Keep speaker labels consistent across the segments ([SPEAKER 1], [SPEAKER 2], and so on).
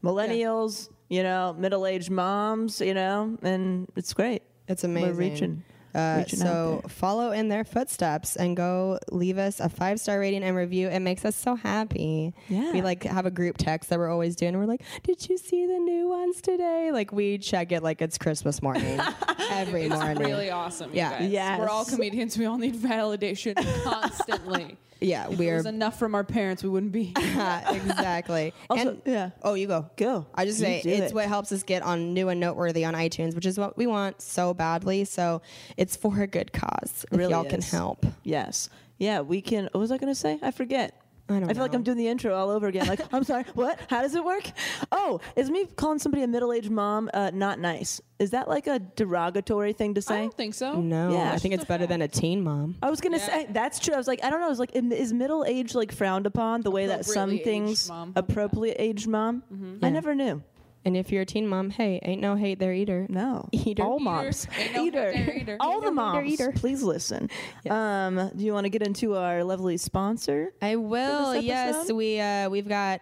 [SPEAKER 1] millennials, you know, middle-aged moms, you know, and it's great.
[SPEAKER 2] It's amazing.
[SPEAKER 1] We're reaching.
[SPEAKER 2] Uh,
[SPEAKER 1] reaching out
[SPEAKER 2] so
[SPEAKER 1] there.
[SPEAKER 2] follow in their footsteps and go leave us a five star rating and review. It makes us so happy.
[SPEAKER 1] Yeah.
[SPEAKER 2] We like have a group text that we're always doing. We're like, did you see the new ones today? Like we check it like it's Christmas morning every morning.
[SPEAKER 3] Really awesome. you
[SPEAKER 2] Yeah.
[SPEAKER 3] guys.
[SPEAKER 1] Yes.
[SPEAKER 3] We're all comedians. We all need validation constantly.
[SPEAKER 2] Yeah,
[SPEAKER 3] If it
[SPEAKER 2] we're
[SPEAKER 3] was enough from our parents, we wouldn't be.
[SPEAKER 2] Yeah, exactly.
[SPEAKER 1] Also-
[SPEAKER 2] and,
[SPEAKER 1] yeah.
[SPEAKER 2] Oh, you go.
[SPEAKER 1] Go.
[SPEAKER 2] I just
[SPEAKER 1] You
[SPEAKER 2] say
[SPEAKER 1] do
[SPEAKER 2] it's
[SPEAKER 1] it.
[SPEAKER 2] what helps us get on new and noteworthy on iTunes, which is what we want so badly. So it's for a good cause. If
[SPEAKER 1] Really
[SPEAKER 2] y'all can
[SPEAKER 1] is.
[SPEAKER 2] help.
[SPEAKER 1] Yes. Yeah, we can what was I going to say? I forget.
[SPEAKER 2] I don't
[SPEAKER 1] feel like
[SPEAKER 2] know.
[SPEAKER 1] I'm doing the intro all over again. Like, I'm sorry, what? How does it work? Oh, is me calling somebody a middle aged mom uh, not nice? Is that like a derogatory thing to
[SPEAKER 3] I
[SPEAKER 1] say?
[SPEAKER 3] don't think so.
[SPEAKER 2] No,
[SPEAKER 1] Yeah.
[SPEAKER 2] I think it's better than a teen mom.
[SPEAKER 1] I was gonna say that's true. I was like, I don't know. I was like, am- is middle age like frowned upon the way that some
[SPEAKER 3] Appropriately aged
[SPEAKER 1] things
[SPEAKER 3] mom. How about that? Mm-hmm.
[SPEAKER 1] appropriate aged mom? I never knew.
[SPEAKER 2] And if you're a teen mom, hey, ain't no hate there either.
[SPEAKER 1] No,
[SPEAKER 2] Eater.
[SPEAKER 1] all
[SPEAKER 2] Eater.
[SPEAKER 1] moms,
[SPEAKER 3] Ain't no hate there either.
[SPEAKER 1] all
[SPEAKER 2] Ain't
[SPEAKER 1] the
[SPEAKER 2] no hate
[SPEAKER 1] moms.
[SPEAKER 2] there either.
[SPEAKER 1] Please listen. Um, do you want to get into our lovely sponsor?
[SPEAKER 2] I will. Yes,
[SPEAKER 1] episode?
[SPEAKER 2] we uh, we've got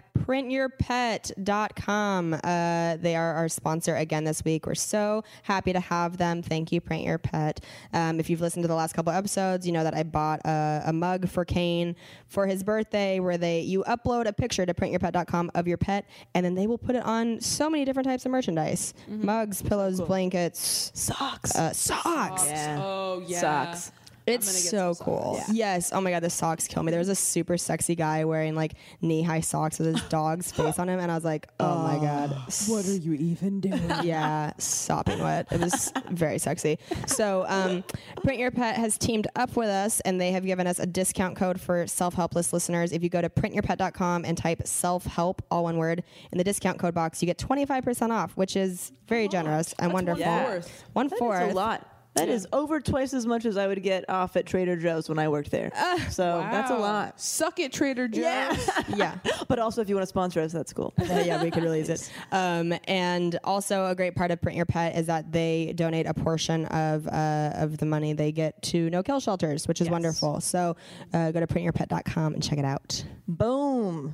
[SPEAKER 2] printyourpet.com. Uh, they are our sponsor again this week. We're so happy to have them. Thank you, Print Your Pet. Um, if you've listened to the last couple episodes, you know that I bought a, a mug for Kane for his birthday, where they you upload a picture to printyourpet.com of your pet, and then they will put it on so many different types of merchandise: mugs, pillows, blankets,
[SPEAKER 1] Socks.
[SPEAKER 2] uh, socks.
[SPEAKER 1] yeah.
[SPEAKER 3] Oh yeah.
[SPEAKER 1] Socks.
[SPEAKER 2] It's
[SPEAKER 3] gonna get
[SPEAKER 2] so
[SPEAKER 3] some
[SPEAKER 2] cool. Yes. Oh my god, the socks kill me. There was a super sexy guy wearing like knee high socks with his dog's face on him, and I was like, oh my god.
[SPEAKER 3] What are you even doing?
[SPEAKER 2] Yeah, sopping wet. It was very sexy. So, um, Print Your Pet has teamed up with us and they have given us a discount code for self helpless listeners. If you go to printyourpet.com and type self help, all one word, in the discount code box, you get 25% off, which is very generous and wonderful.
[SPEAKER 3] one-fourth.
[SPEAKER 2] One fourth.
[SPEAKER 1] That is a lot. That is over twice as much as I would get off at Trader Joe's when I worked there. so that's a
[SPEAKER 3] Wow.
[SPEAKER 1] lot.
[SPEAKER 3] Suck it, Trader Joe's.
[SPEAKER 2] Yeah.
[SPEAKER 1] But also, if you want to sponsor us, that's cool.
[SPEAKER 2] Uh, yeah, we could really use it. Um, and also, a great part of Print Your Pet is that they donate a portion of uh, of the money they get to no kill shelters, which is wonderful. So uh, go to printyourpet.com and check it out.
[SPEAKER 1] Boom.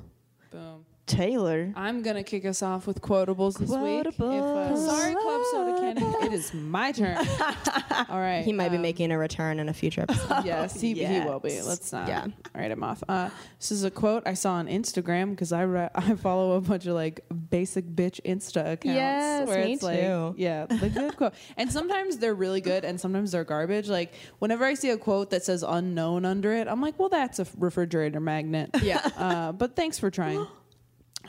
[SPEAKER 3] Boom.
[SPEAKER 1] Taylor.
[SPEAKER 3] I'm gonna kick us off with quotables this week. If, uh,
[SPEAKER 1] Quotables.
[SPEAKER 3] sorry, Club Soda Cannon. It is my turn. All right. um,
[SPEAKER 2] He might be making a return in a future episode.
[SPEAKER 3] yes, he, he will be.
[SPEAKER 1] Yes.
[SPEAKER 3] Let's not
[SPEAKER 2] Yeah.
[SPEAKER 3] write him off. Uh, this is a quote I saw on Instagram because I re- I follow a bunch of like basic bitch Insta accounts.
[SPEAKER 2] Yes, me too.
[SPEAKER 3] Like, yeah, the good quote. And sometimes they're really good, and sometimes they're garbage. Like whenever I see a quote that says unknown under it, I'm like, well, that's a refrigerator magnet. Yeah. Uh, but thanks for trying.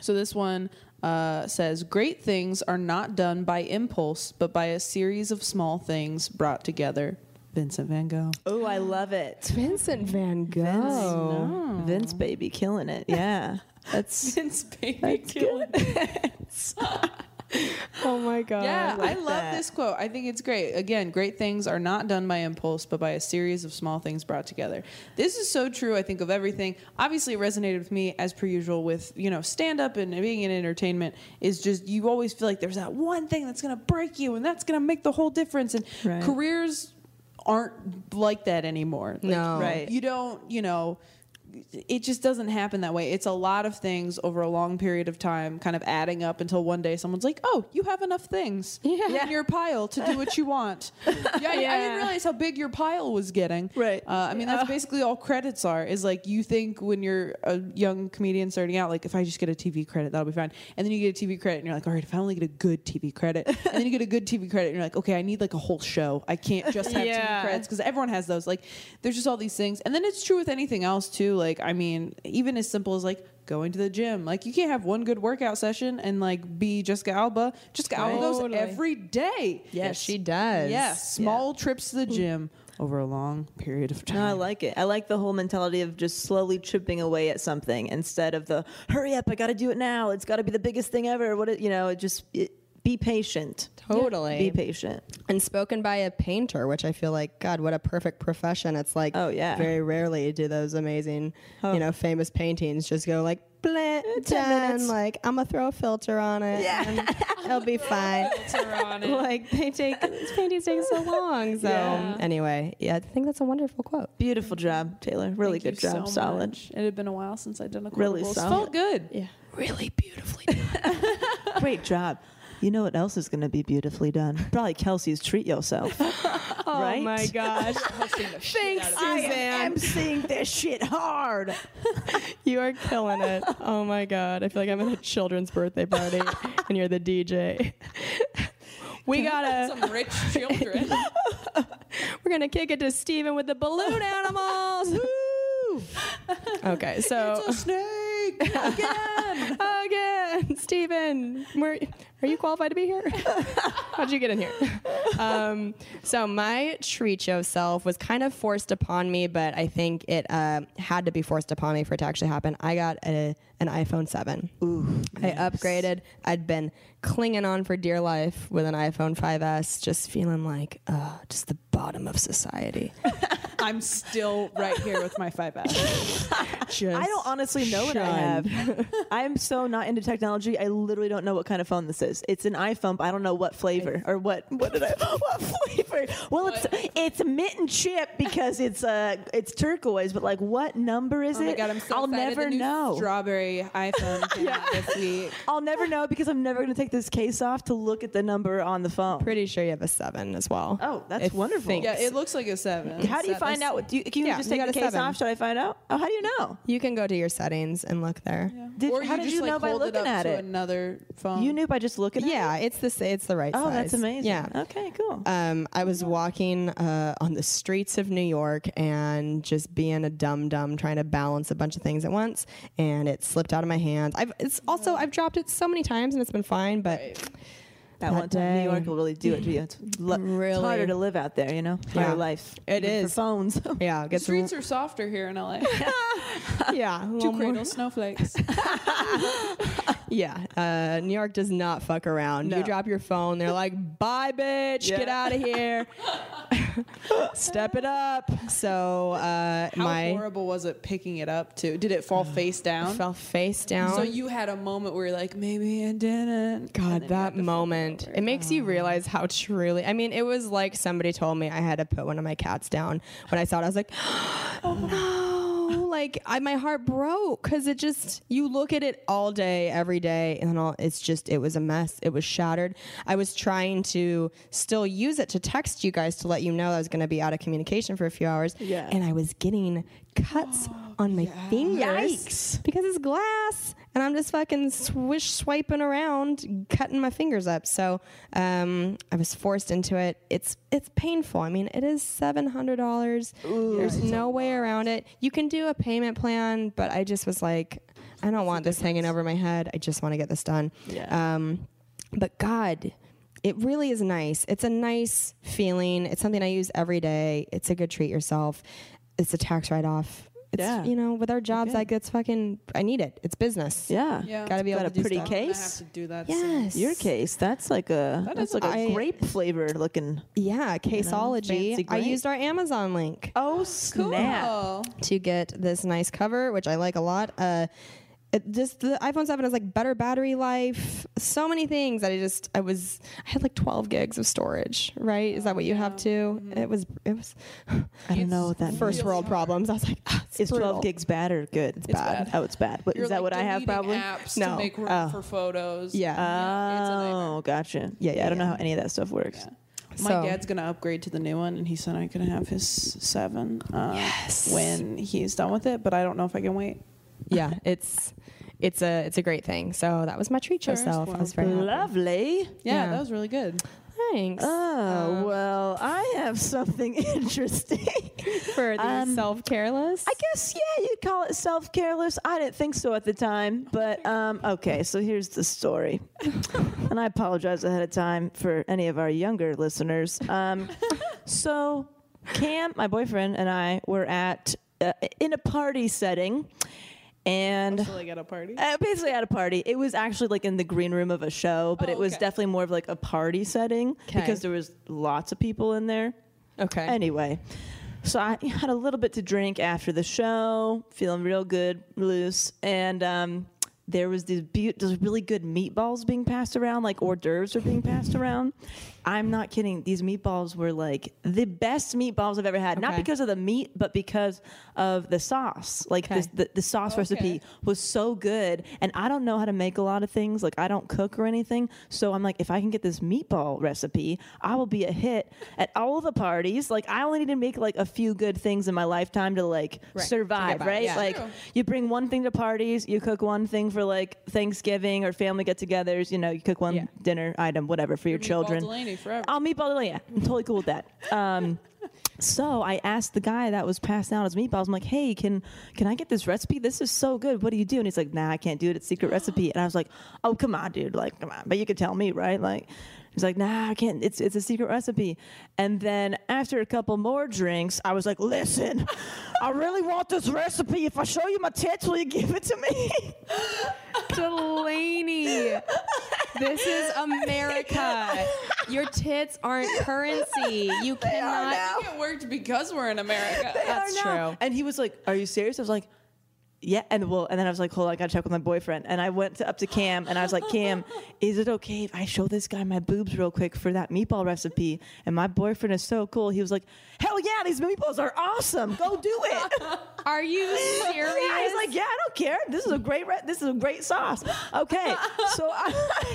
[SPEAKER 3] So this one uh, says, "Great things are not done by impulse, but by a series of small things brought together." Vincent Van Gogh.
[SPEAKER 1] Oh, I love it.
[SPEAKER 2] Vincent Van Gogh.
[SPEAKER 1] Vince baby killing it. Yeah. Oh. That's
[SPEAKER 3] Vince Baby Killing.
[SPEAKER 2] Oh my god.
[SPEAKER 3] Yeah, I,
[SPEAKER 1] like
[SPEAKER 3] love
[SPEAKER 1] that.
[SPEAKER 3] this quote. I think it's great. Again, great things are not done by impulse, but by a series of small things brought together. This is so true, I think, of everything. Obviously, it resonated with me, as per usual, with, you know, stand up and being in entertainment is just, you always feel like there's that one thing that's going to break you and that's going to make the whole difference. And
[SPEAKER 1] Right.
[SPEAKER 3] careers aren't like that anymore. Like,
[SPEAKER 2] No.
[SPEAKER 1] Right.
[SPEAKER 3] You don't, you know, it just doesn't happen that way. It's a lot of things over a long period of time, kind of adding up until one day someone's like, "Oh, you have enough things
[SPEAKER 2] Yeah.
[SPEAKER 3] in your pile to do what you want." yeah, I- I, didn't
[SPEAKER 2] Yeah.
[SPEAKER 3] realize how big your pile was getting.
[SPEAKER 1] Right.
[SPEAKER 3] Uh, I mean, that's basically all credits are. Is like you think when you're a young comedian starting out, like if I just get a TV credit, that'll be fine. And then you get a TV credit, and you're like, "All right, if I only get a good TV credit," and then you get a good TV credit, and you're like, "Okay, I need like a whole show. I can't just have TV
[SPEAKER 1] Yeah.
[SPEAKER 3] credits." because everyone has those. Like, there's just all these things, and then it's true with anything else too. Like, I mean, even as simple as like going to the gym. Like, you can't have one good workout session and like be Jessica Alba. Jessica Alba goes
[SPEAKER 1] Totally.
[SPEAKER 3] every day.
[SPEAKER 2] Yes, she does.
[SPEAKER 3] Yes, small trips to the gym over a long period of time.
[SPEAKER 1] No, I like it. I like the whole mentality of just slowly chipping away at something instead of the hurry up, I got to do it now. It's got to be the biggest thing ever. What it, you know, it just it, be patient.
[SPEAKER 2] Totally.
[SPEAKER 1] Be patient.
[SPEAKER 2] and spoken by a painter, which I feel like God, what a perfect profession. It's like
[SPEAKER 1] Oh, yeah. Oh.
[SPEAKER 2] very rarely do those amazing, you know, famous paintings just go like bleh, done. Like I'm gonna throw a filter on it. Yeah, it'll be fine. Like they take these paintings take so long. So anyway, yeah, I think that's a wonderful quote.
[SPEAKER 1] Beautiful job, Taylor. Really
[SPEAKER 3] Thank you
[SPEAKER 1] good job.
[SPEAKER 3] so
[SPEAKER 1] Solid.
[SPEAKER 3] much. It had been a while since I'd done a
[SPEAKER 1] Really
[SPEAKER 3] quotable. It
[SPEAKER 1] solid.
[SPEAKER 3] Felt good.
[SPEAKER 1] Really beautifully done. Great job. You know what else is going to be beautifully done? Probably Kelsey's treat yourself.
[SPEAKER 3] Oh
[SPEAKER 1] right?
[SPEAKER 2] gosh. Thanks,
[SPEAKER 1] Oh, I am
[SPEAKER 2] Suzanne.
[SPEAKER 1] seeing this shit hard.
[SPEAKER 2] You are killing it. Oh my god. I feel like I'm at a children's birthday party and you're the DJ. We gotta
[SPEAKER 3] Some rich children.
[SPEAKER 2] We're gonna kick it to Steven with the balloon animals. Woo! okay, so
[SPEAKER 3] Snake.
[SPEAKER 2] again, Steven, where are you qualified to be here? How'd you get in here? Um, so my treat yourself was kind of forced upon me, but I think it uh, had to be forced upon me for it to actually happen. I got a, an iPhone seven. I upgraded. I'd been clinging on for dear life with an iPhone 5S, just feeling like uh, just the bottom of society.
[SPEAKER 3] I'm still right here with my five S.
[SPEAKER 1] I don't honestly know what I
[SPEAKER 2] shunned.
[SPEAKER 1] have. I'm so not into technology. I literally don't know what kind of phone this is. It's an iPhone. But I don't know what flavor or what what did I what flavor. Well, it's it's mint and chip because it's uh it's turquoise, but like what number is
[SPEAKER 3] Oh
[SPEAKER 1] it?
[SPEAKER 3] my god, I'm so
[SPEAKER 1] I'll
[SPEAKER 3] excited.
[SPEAKER 1] never
[SPEAKER 3] the new
[SPEAKER 1] know.
[SPEAKER 3] Strawberry iPhone came out this week.
[SPEAKER 1] I'll never know because I'm never going to take this case off to look at the number on the phone.
[SPEAKER 2] Pretty sure you have a seven as well.
[SPEAKER 1] Oh, that's wonderful.
[SPEAKER 3] Yeah, it looks like a seven.
[SPEAKER 1] How do you find out? What, do you, can you
[SPEAKER 2] Yeah,
[SPEAKER 1] just
[SPEAKER 2] you
[SPEAKER 1] take
[SPEAKER 2] got
[SPEAKER 1] the
[SPEAKER 2] a
[SPEAKER 1] case
[SPEAKER 2] seven.
[SPEAKER 1] off? Should I find out? Oh, how do you know?
[SPEAKER 2] You can go to your settings and look there. Yeah,
[SPEAKER 1] Did,
[SPEAKER 3] or
[SPEAKER 1] how
[SPEAKER 3] you
[SPEAKER 1] did
[SPEAKER 3] just
[SPEAKER 1] you
[SPEAKER 3] like
[SPEAKER 1] know by
[SPEAKER 3] hold
[SPEAKER 1] looking
[SPEAKER 3] it up
[SPEAKER 1] at
[SPEAKER 3] to
[SPEAKER 1] it?
[SPEAKER 3] another phone?
[SPEAKER 1] You knew by just looking at it.
[SPEAKER 2] it's the sa- it's the right
[SPEAKER 1] Oh,
[SPEAKER 2] size.
[SPEAKER 1] that's amazing.
[SPEAKER 2] Yeah.
[SPEAKER 1] Okay, cool.
[SPEAKER 2] Um, I was walking uh, on the streets of New York and just being a dum dum trying to balance a bunch of things at once, and it slipped out of my hands. I've it's also I've dropped it so many times and it's been fine, but
[SPEAKER 1] that
[SPEAKER 2] that
[SPEAKER 1] one time,
[SPEAKER 2] day.
[SPEAKER 1] New York will really do it to you. It's, lo- it's
[SPEAKER 2] Really.
[SPEAKER 1] harder to live out there, you know. Harder
[SPEAKER 2] Yeah.
[SPEAKER 1] life.
[SPEAKER 2] It
[SPEAKER 1] Even for
[SPEAKER 2] is.
[SPEAKER 1] phones.
[SPEAKER 2] yeah, it
[SPEAKER 3] the
[SPEAKER 2] gets
[SPEAKER 3] streets are softer here in LA.
[SPEAKER 2] yeah, a
[SPEAKER 3] Two
[SPEAKER 2] little more-
[SPEAKER 3] cradle snowflakes.
[SPEAKER 2] Yeah, uh, New York does not fuck around. You drop your phone, they're like, "Bye, bitch, get out of here." Step it up. So uh,
[SPEAKER 3] How
[SPEAKER 2] my
[SPEAKER 3] horrible was it picking it up too? Did it
[SPEAKER 1] Uh,
[SPEAKER 3] fall face down?
[SPEAKER 2] fell face down.
[SPEAKER 3] so you had a moment where you're like, maybe it didn't.
[SPEAKER 2] God, that moment. It makes you realize how truly. I mean, it was like somebody told me I had to put one of my cats down. When I saw it, I was like, oh no. Like, I, my heart broke because it just, you look at it all day, every day, and all, it's just, it was a mess. It was shattered. I was trying to still use it to text you guys to let you know I was going to be out of communication for a few hours.
[SPEAKER 1] Yeah. Oh,
[SPEAKER 2] And I was getting cuts on my fingers
[SPEAKER 1] Yikes.
[SPEAKER 2] because it's glass and i'm just fucking swish swiping around cutting my fingers up so um, i was forced into it it's it's painful i mean it is $700 there's no way around it you can do a payment plan but i just was like I don't want this hanging over my head. I just want to get this done.
[SPEAKER 1] Yeah.
[SPEAKER 2] Um, but God, it really is nice. It's a nice feeling. It's something I use every day. It's a good treat yourself. It's a tax write off. It's,
[SPEAKER 1] Yeah.
[SPEAKER 2] You know, with our jobs, like it's fucking. I need it. It's business.
[SPEAKER 1] Yeah.
[SPEAKER 3] Yeah.
[SPEAKER 2] Gotta be
[SPEAKER 1] Got
[SPEAKER 2] able
[SPEAKER 1] a
[SPEAKER 2] to do
[SPEAKER 1] pretty
[SPEAKER 2] stuff.
[SPEAKER 3] I
[SPEAKER 1] cake.
[SPEAKER 3] have to do that. soon.
[SPEAKER 2] Yes.
[SPEAKER 1] Your case, that's like a that's like a
[SPEAKER 2] I-
[SPEAKER 1] grape flavor looking.
[SPEAKER 2] Yeah, Caseology.
[SPEAKER 1] fancy
[SPEAKER 2] I
[SPEAKER 1] grape.
[SPEAKER 2] used our Amazon link.
[SPEAKER 1] Oh snap!
[SPEAKER 3] Cool.
[SPEAKER 2] to get this nice cover, which I like a lot. Uh, it just the iPhone 7 has like better battery life, so many things that I just I was I had like 12 gigs of storage, right? Is that what you have too? It was it was
[SPEAKER 1] I don't know what that
[SPEAKER 2] first
[SPEAKER 1] means.
[SPEAKER 2] world problems. I was like, ah, it's
[SPEAKER 1] is
[SPEAKER 2] brutal.
[SPEAKER 1] twelve gigs bad or good? It's
[SPEAKER 2] bad.
[SPEAKER 1] Oh, it's bad. But
[SPEAKER 3] You're
[SPEAKER 1] is that what
[SPEAKER 3] like
[SPEAKER 1] I have?
[SPEAKER 3] deleting
[SPEAKER 1] Probably.
[SPEAKER 3] apps
[SPEAKER 2] No.
[SPEAKER 3] to make room
[SPEAKER 1] Oh.
[SPEAKER 3] for photos.
[SPEAKER 2] Yeah.
[SPEAKER 3] it's a nightmare.
[SPEAKER 1] Oh, gotcha. Yeah, yeah. I
[SPEAKER 2] yeah,
[SPEAKER 1] don't know
[SPEAKER 2] yeah.
[SPEAKER 1] how any of that stuff works.
[SPEAKER 3] My
[SPEAKER 2] So-
[SPEAKER 3] dad's gonna upgrade to the new one, and he said I can have his seven um, when he's done with it. But I don't know if I can wait.
[SPEAKER 2] yeah, it's it's a it's a great thing. So that was my treat
[SPEAKER 3] First
[SPEAKER 2] yourself. I was very happy.
[SPEAKER 1] Lovely.
[SPEAKER 3] Yeah,
[SPEAKER 2] Yeah.
[SPEAKER 3] that was really good.
[SPEAKER 2] Thanks Um,
[SPEAKER 1] Oh well, I have something interesting.
[SPEAKER 2] for the
[SPEAKER 1] um,
[SPEAKER 2] self careless.
[SPEAKER 1] I guess yeah, you'd call it self careless. I didn't think so at the time, but um, okay. So here's the story, and I apologize ahead of time for any of our younger listeners. Um, so Cam, my boyfriend, and I were at uh, in a party setting, and.
[SPEAKER 3] So like at a party.
[SPEAKER 1] Uh, basically at a party. It was actually like in the green room of a show, but
[SPEAKER 3] Oh,
[SPEAKER 1] it was
[SPEAKER 3] okay.
[SPEAKER 1] definitely more of like a party setting
[SPEAKER 2] 'Kay.
[SPEAKER 1] because there was lots of people in there.
[SPEAKER 2] Okay.
[SPEAKER 1] Anyway, so I had a little bit to drink after the show, feeling real good, loose, and um, there was these, be- these really good meatballs being passed around, like hors d'oeuvres were being passed around. I'm not kidding. These meatballs were like the best meatballs I've ever had, not
[SPEAKER 2] Okay.
[SPEAKER 1] because of the meat, but because of the sauce. Like this,
[SPEAKER 2] Okay.
[SPEAKER 1] the, the sauce recipe was so good, and I don't know how to make a lot of things. Like I don't cook or anything, so I'm like, if I can get this meatball recipe, I will be a hit at all the parties. Like I only need to make like a few good things in my lifetime to like
[SPEAKER 2] Right, to
[SPEAKER 1] survive,
[SPEAKER 2] get by,
[SPEAKER 1] right?
[SPEAKER 2] yeah.
[SPEAKER 1] Like
[SPEAKER 3] True.
[SPEAKER 1] you bring one thing to parties, you cook one thing for like Thanksgiving or family get-togethers. You know, you cook one
[SPEAKER 2] Yeah.
[SPEAKER 1] dinner item, whatever, for your
[SPEAKER 3] Meatball
[SPEAKER 1] children.
[SPEAKER 3] Delaney forever.
[SPEAKER 1] I'll meatball Delaney. Yeah, I'm totally cool with that. Um, so I asked the guy that was passing out his meatballs. I'm like, "Hey, can can I get this recipe? This is so good. What do you do?" And he's like, "Nah, I can't do it. It's secret recipe." And I was like, "Oh, come on, dude. Like, come on. But you could tell me, right? Like." He's like, nah, I can't. It's it's a secret recipe. And then after a couple more drinks, I was like, listen, I really want this recipe. If I show you my tits, will you give it to me?
[SPEAKER 4] Delaney. This is America. Your tits aren't currency. You
[SPEAKER 3] I
[SPEAKER 4] cannot.
[SPEAKER 3] think it worked because we're in America.
[SPEAKER 4] That's
[SPEAKER 1] are now.
[SPEAKER 4] true.
[SPEAKER 1] And he was like, "Are you serious?" I was like, "Yeah." And well, and then I was like, "Hold on, I gotta check with my boyfriend." And I went to, up to Cam and I was like, "Cam, is it okay if I show this guy my boobs real quick for that meatball recipe?" And my boyfriend is so cool. He was like, "Hell yeah, these meatballs are awesome. Go do it."
[SPEAKER 4] Are you serious?
[SPEAKER 1] Yeah, he's like, yeah, I don't care. This is a great re- this is a great sauce. Okay, so I,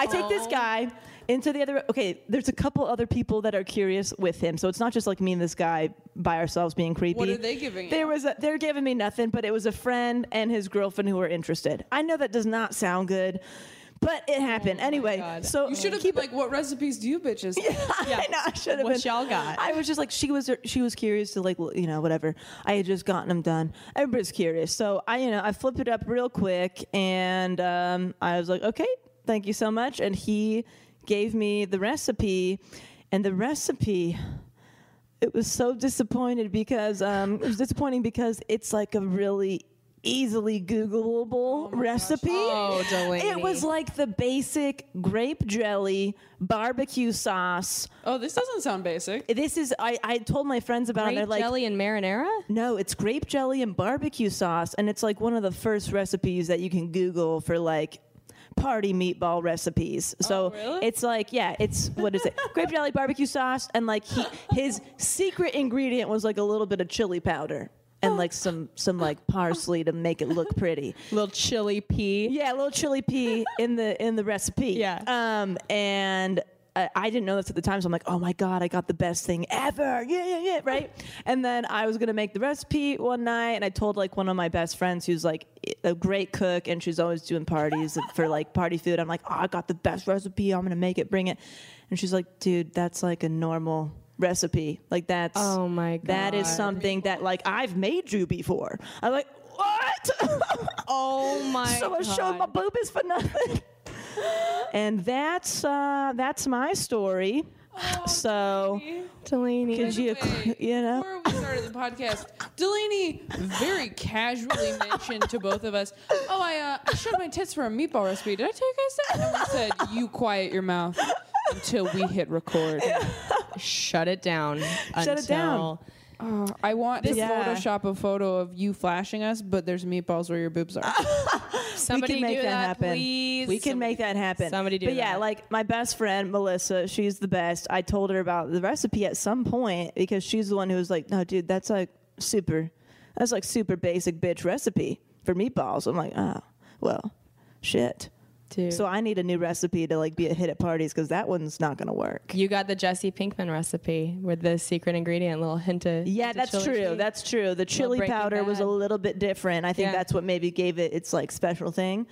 [SPEAKER 1] I take
[SPEAKER 3] Oh.
[SPEAKER 1] this guy into the other. Okay, there's a couple other people that are curious with him, so it's not just like me and this guy by ourselves being creepy.
[SPEAKER 3] are they giving
[SPEAKER 1] There
[SPEAKER 3] you?
[SPEAKER 1] was a, they're giving me nothing, but it was a friend and his girlfriend who were interested. I know that does not sound good. But it happened anyway. So
[SPEAKER 3] Oh you should have
[SPEAKER 1] keep
[SPEAKER 3] been like, "What recipes do you bitches?" have?"
[SPEAKER 1] I know. I should have
[SPEAKER 4] What
[SPEAKER 1] been.
[SPEAKER 4] y'all got?
[SPEAKER 1] I was just like, she was. She was curious to like, you know, whatever. I had just gotten them done. Everybody's curious, so I, you know, I flipped it up real quick, and um, I was like, okay, thank you so much. And he gave me the recipe, and the recipe. It was so disappointed because um, it was disappointing because it's like a really easily Googleable recipe.
[SPEAKER 4] Oh,
[SPEAKER 1] It
[SPEAKER 4] Delaney.
[SPEAKER 1] was like the basic grape jelly, barbecue sauce.
[SPEAKER 3] Oh, this doesn't sound basic.
[SPEAKER 1] This is I, I told my friends about it. and They're
[SPEAKER 2] Grape
[SPEAKER 1] like,
[SPEAKER 2] jelly and marinara?
[SPEAKER 1] no, it's grape jelly and barbecue sauce, and it's like one of the first recipes that you can Google for like party meatball recipes.
[SPEAKER 2] Oh,
[SPEAKER 1] So
[SPEAKER 3] really?
[SPEAKER 1] it's like, yeah, it's what is it? grape jelly, barbecue sauce, and like he, his secret ingredient was like a little bit of chili powder and
[SPEAKER 2] Oh.
[SPEAKER 1] like some some like parsley to make it look pretty.
[SPEAKER 4] little chili pea.
[SPEAKER 1] Yeah, a little chili pea in the in the recipe.
[SPEAKER 4] Yeah.
[SPEAKER 1] Um, and I, I didn't know this at the time, so I'm like, oh my god, I got the best thing ever. Yeah, yeah, yeah, right. And then I was gonna make the recipe one night, and I told like one of my best friends who's like a great cook, and she's always doing parties for like party food. I'm like, oh, I got the best recipe. I'm gonna make it. Bring it. And she's like, dude, that's like a normal recipe. Like that's
[SPEAKER 2] Oh my
[SPEAKER 1] that is
[SPEAKER 2] God.
[SPEAKER 1] something that like I've made you before. I'm like, what? what?
[SPEAKER 4] Oh my
[SPEAKER 1] so I
[SPEAKER 4] god.
[SPEAKER 1] showed my boobies for nothing. and that's uh, that's my story.
[SPEAKER 4] Oh,
[SPEAKER 1] so
[SPEAKER 2] Delaney.
[SPEAKER 1] could you,
[SPEAKER 3] Wait,
[SPEAKER 1] you know?
[SPEAKER 3] Before we started the podcast, Delaney very casually mentioned to both of us, "Oh, I, uh, I showed my tits for a meatball recipe. Did I tell you guys that?" And we said, "You quiet your mouth until we hit record."
[SPEAKER 4] Shut it down.
[SPEAKER 1] Shut it down.
[SPEAKER 3] Uh, I want to
[SPEAKER 1] Yeah.
[SPEAKER 3] Photoshop a photo of you flashing us, but there's meatballs where your boobs are.
[SPEAKER 4] Somebody
[SPEAKER 1] we can make
[SPEAKER 4] do
[SPEAKER 1] that, happen.
[SPEAKER 4] please.
[SPEAKER 1] We can make that happen.
[SPEAKER 4] Somebody do
[SPEAKER 1] But yeah,
[SPEAKER 4] that.
[SPEAKER 1] like my best friend Melissa, she's the best. I told her about the recipe at some point because she's the one who was like, "No, dude, that's like super, that's like super basic bitch recipe for meatballs." I'm like, "Oh, well, shit."
[SPEAKER 4] Dude.
[SPEAKER 1] So I need a new recipe to like be a hit at parties because that one's not gonna work.
[SPEAKER 4] You got the Jesse Pinkman recipe with the secret ingredient, little hint of
[SPEAKER 1] Yeah,
[SPEAKER 4] hint of
[SPEAKER 1] that's
[SPEAKER 4] chili
[SPEAKER 1] true.
[SPEAKER 4] cheese.
[SPEAKER 1] That's true. The chili
[SPEAKER 4] Breaking
[SPEAKER 1] powder was a
[SPEAKER 4] Bad.
[SPEAKER 1] little bit different. I think
[SPEAKER 4] Yeah.
[SPEAKER 1] that's what maybe gave it its like special thing.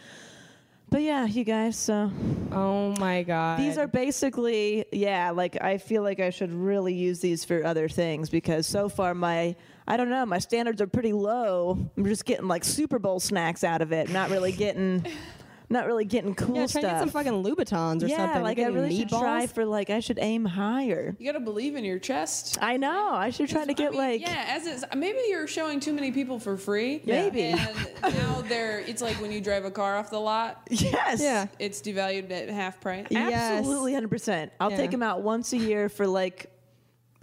[SPEAKER 1] But yeah, you guys. So
[SPEAKER 4] oh my god.
[SPEAKER 1] These are basically, yeah, like I feel like I should really use these for other things because so far my, I don't know, my standards are pretty low. I'm just getting like Super Bowl snacks out of it. Not really getting, not really getting cool
[SPEAKER 2] yeah, try
[SPEAKER 1] stuff.
[SPEAKER 2] to get some fucking Louboutins or
[SPEAKER 1] yeah,
[SPEAKER 2] something.
[SPEAKER 1] like I
[SPEAKER 2] You're
[SPEAKER 1] really
[SPEAKER 2] getting
[SPEAKER 1] should try
[SPEAKER 2] meatballs?
[SPEAKER 1] for like I should aim higher.
[SPEAKER 3] You gotta believe in your chest.
[SPEAKER 1] I know. I should try to get
[SPEAKER 3] I mean,
[SPEAKER 1] like
[SPEAKER 3] yeah, as it's maybe you're showing too many people for free.
[SPEAKER 1] Maybe.
[SPEAKER 3] and now they're it's like when you drive a car off the lot,
[SPEAKER 1] yes,
[SPEAKER 2] Yeah.
[SPEAKER 3] it's devalued at half price.
[SPEAKER 2] Yes.
[SPEAKER 1] absolutely, hundred percent. I'll
[SPEAKER 2] Yeah.
[SPEAKER 1] take them out once a year for like.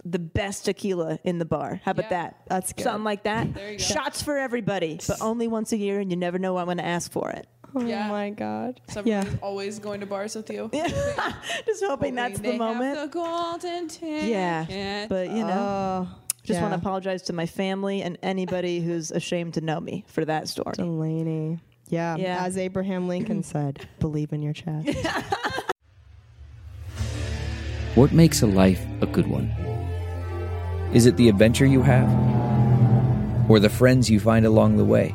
[SPEAKER 1] The best tequila in the bar. How about
[SPEAKER 3] Yeah.
[SPEAKER 1] that?
[SPEAKER 2] That's good.
[SPEAKER 1] Something like that. There
[SPEAKER 3] you go.
[SPEAKER 1] Shots for everybody, but only once a year, and you never know when I'm going to ask for it.
[SPEAKER 3] Yeah.
[SPEAKER 4] Oh my god.
[SPEAKER 3] Somebody's
[SPEAKER 2] Yeah.
[SPEAKER 3] always going to bars with you.
[SPEAKER 1] Just hoping that's
[SPEAKER 3] They
[SPEAKER 1] the
[SPEAKER 3] have
[SPEAKER 1] moment.
[SPEAKER 3] the golden ticket.
[SPEAKER 1] yeah, but you know,
[SPEAKER 2] Oh,
[SPEAKER 1] just
[SPEAKER 2] yeah.
[SPEAKER 1] want to apologize to my family and anybody who's ashamed to know me for that story.
[SPEAKER 2] Delaney. Yeah,
[SPEAKER 1] Yeah.
[SPEAKER 2] as Abraham Lincoln said, believe in your chest.
[SPEAKER 5] What makes a life a good one? Is it the adventure you have? Or the friends you find along the way?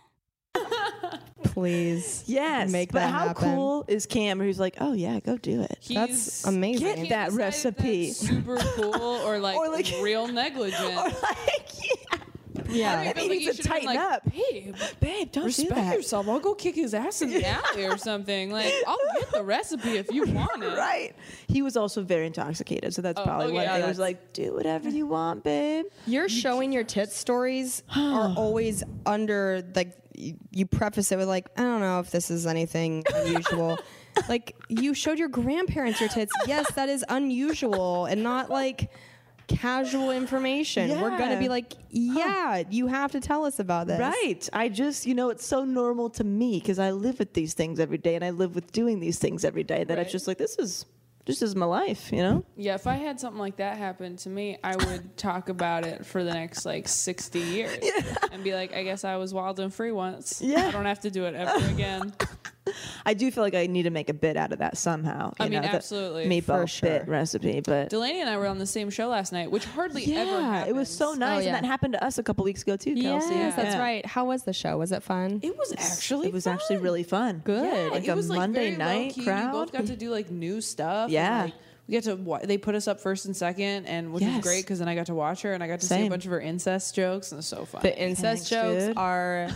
[SPEAKER 2] Please.
[SPEAKER 1] Yes,
[SPEAKER 2] Make
[SPEAKER 1] but
[SPEAKER 2] that
[SPEAKER 1] how
[SPEAKER 2] happen.
[SPEAKER 1] cool is Cam? Who's like, oh yeah, go do it.
[SPEAKER 3] He's,
[SPEAKER 2] That's amazing.
[SPEAKER 1] Get that
[SPEAKER 3] decided
[SPEAKER 1] recipe.
[SPEAKER 3] that's super cool or like,
[SPEAKER 1] Or, like-
[SPEAKER 3] real negligent.
[SPEAKER 1] Or like, yeah,
[SPEAKER 2] Yeah.
[SPEAKER 3] I feel
[SPEAKER 1] He
[SPEAKER 3] like
[SPEAKER 1] needs
[SPEAKER 3] you
[SPEAKER 1] to
[SPEAKER 3] should've been
[SPEAKER 1] tighten up.
[SPEAKER 3] Babe,
[SPEAKER 1] babe, don't do
[SPEAKER 3] respect
[SPEAKER 1] that.
[SPEAKER 3] yourself. I'll go kick his ass in the alley or something. Like, I'll get the recipe if you want it.
[SPEAKER 1] Right. He was also very intoxicated, so that's probably
[SPEAKER 3] oh,
[SPEAKER 1] why
[SPEAKER 3] yeah,
[SPEAKER 1] they was
[SPEAKER 3] that's-
[SPEAKER 1] like, do whatever you want, babe.
[SPEAKER 2] Your showing your tits stories are always under like y- you preface it with like I don't know if this is anything unusual. like you showed your grandparents your tits. Yes, that is unusual and not like casual information. We're going to
[SPEAKER 1] Yeah.
[SPEAKER 2] be like, yeah, you have to tell us about this.
[SPEAKER 1] Right. I just, you know, it's so normal to me because I live with these things every day and I live with doing these things every day that it's just like, this is, this is my life, you know?
[SPEAKER 3] Yeah, if I had something like that happen to me, I would talk about it for the next like 60 years and be like, I guess I was wild and free once.
[SPEAKER 1] Yeah.
[SPEAKER 3] I don't have to do it ever again.
[SPEAKER 1] I do feel like I need to make a bit out of that somehow. You
[SPEAKER 3] I mean,
[SPEAKER 1] know, the
[SPEAKER 3] absolutely,
[SPEAKER 1] Meatball
[SPEAKER 2] for sure.
[SPEAKER 1] bit recipe, but.
[SPEAKER 3] Delaney and I were on the same show last night, which hardly ever
[SPEAKER 1] yeah,
[SPEAKER 3] happens. Oh,
[SPEAKER 1] it was so nice.
[SPEAKER 2] yeah.
[SPEAKER 1] And that happened to us a couple weeks ago too, Kelsey.
[SPEAKER 2] Yes, that's
[SPEAKER 1] Yeah.
[SPEAKER 2] right. How was the show? Was it fun?
[SPEAKER 3] It was actually
[SPEAKER 1] It was actually
[SPEAKER 3] fun.
[SPEAKER 1] really fun.
[SPEAKER 2] Good.
[SPEAKER 3] Yeah,
[SPEAKER 1] Like
[SPEAKER 3] it
[SPEAKER 1] a
[SPEAKER 3] was like
[SPEAKER 1] Monday
[SPEAKER 3] very
[SPEAKER 1] night
[SPEAKER 3] low-key. We
[SPEAKER 1] crowd.
[SPEAKER 3] both got to do like new stuff. and,
[SPEAKER 1] Yeah.
[SPEAKER 3] like, we got to wa- they put us up first and second, and which was
[SPEAKER 1] Yes.
[SPEAKER 3] great because then I got to watch her and I got to see
[SPEAKER 1] Same.
[SPEAKER 3] a bunch of her incest jokes and it was so fun.
[SPEAKER 4] The incest
[SPEAKER 1] Thanks,
[SPEAKER 4] jokes
[SPEAKER 1] dude.
[SPEAKER 4] are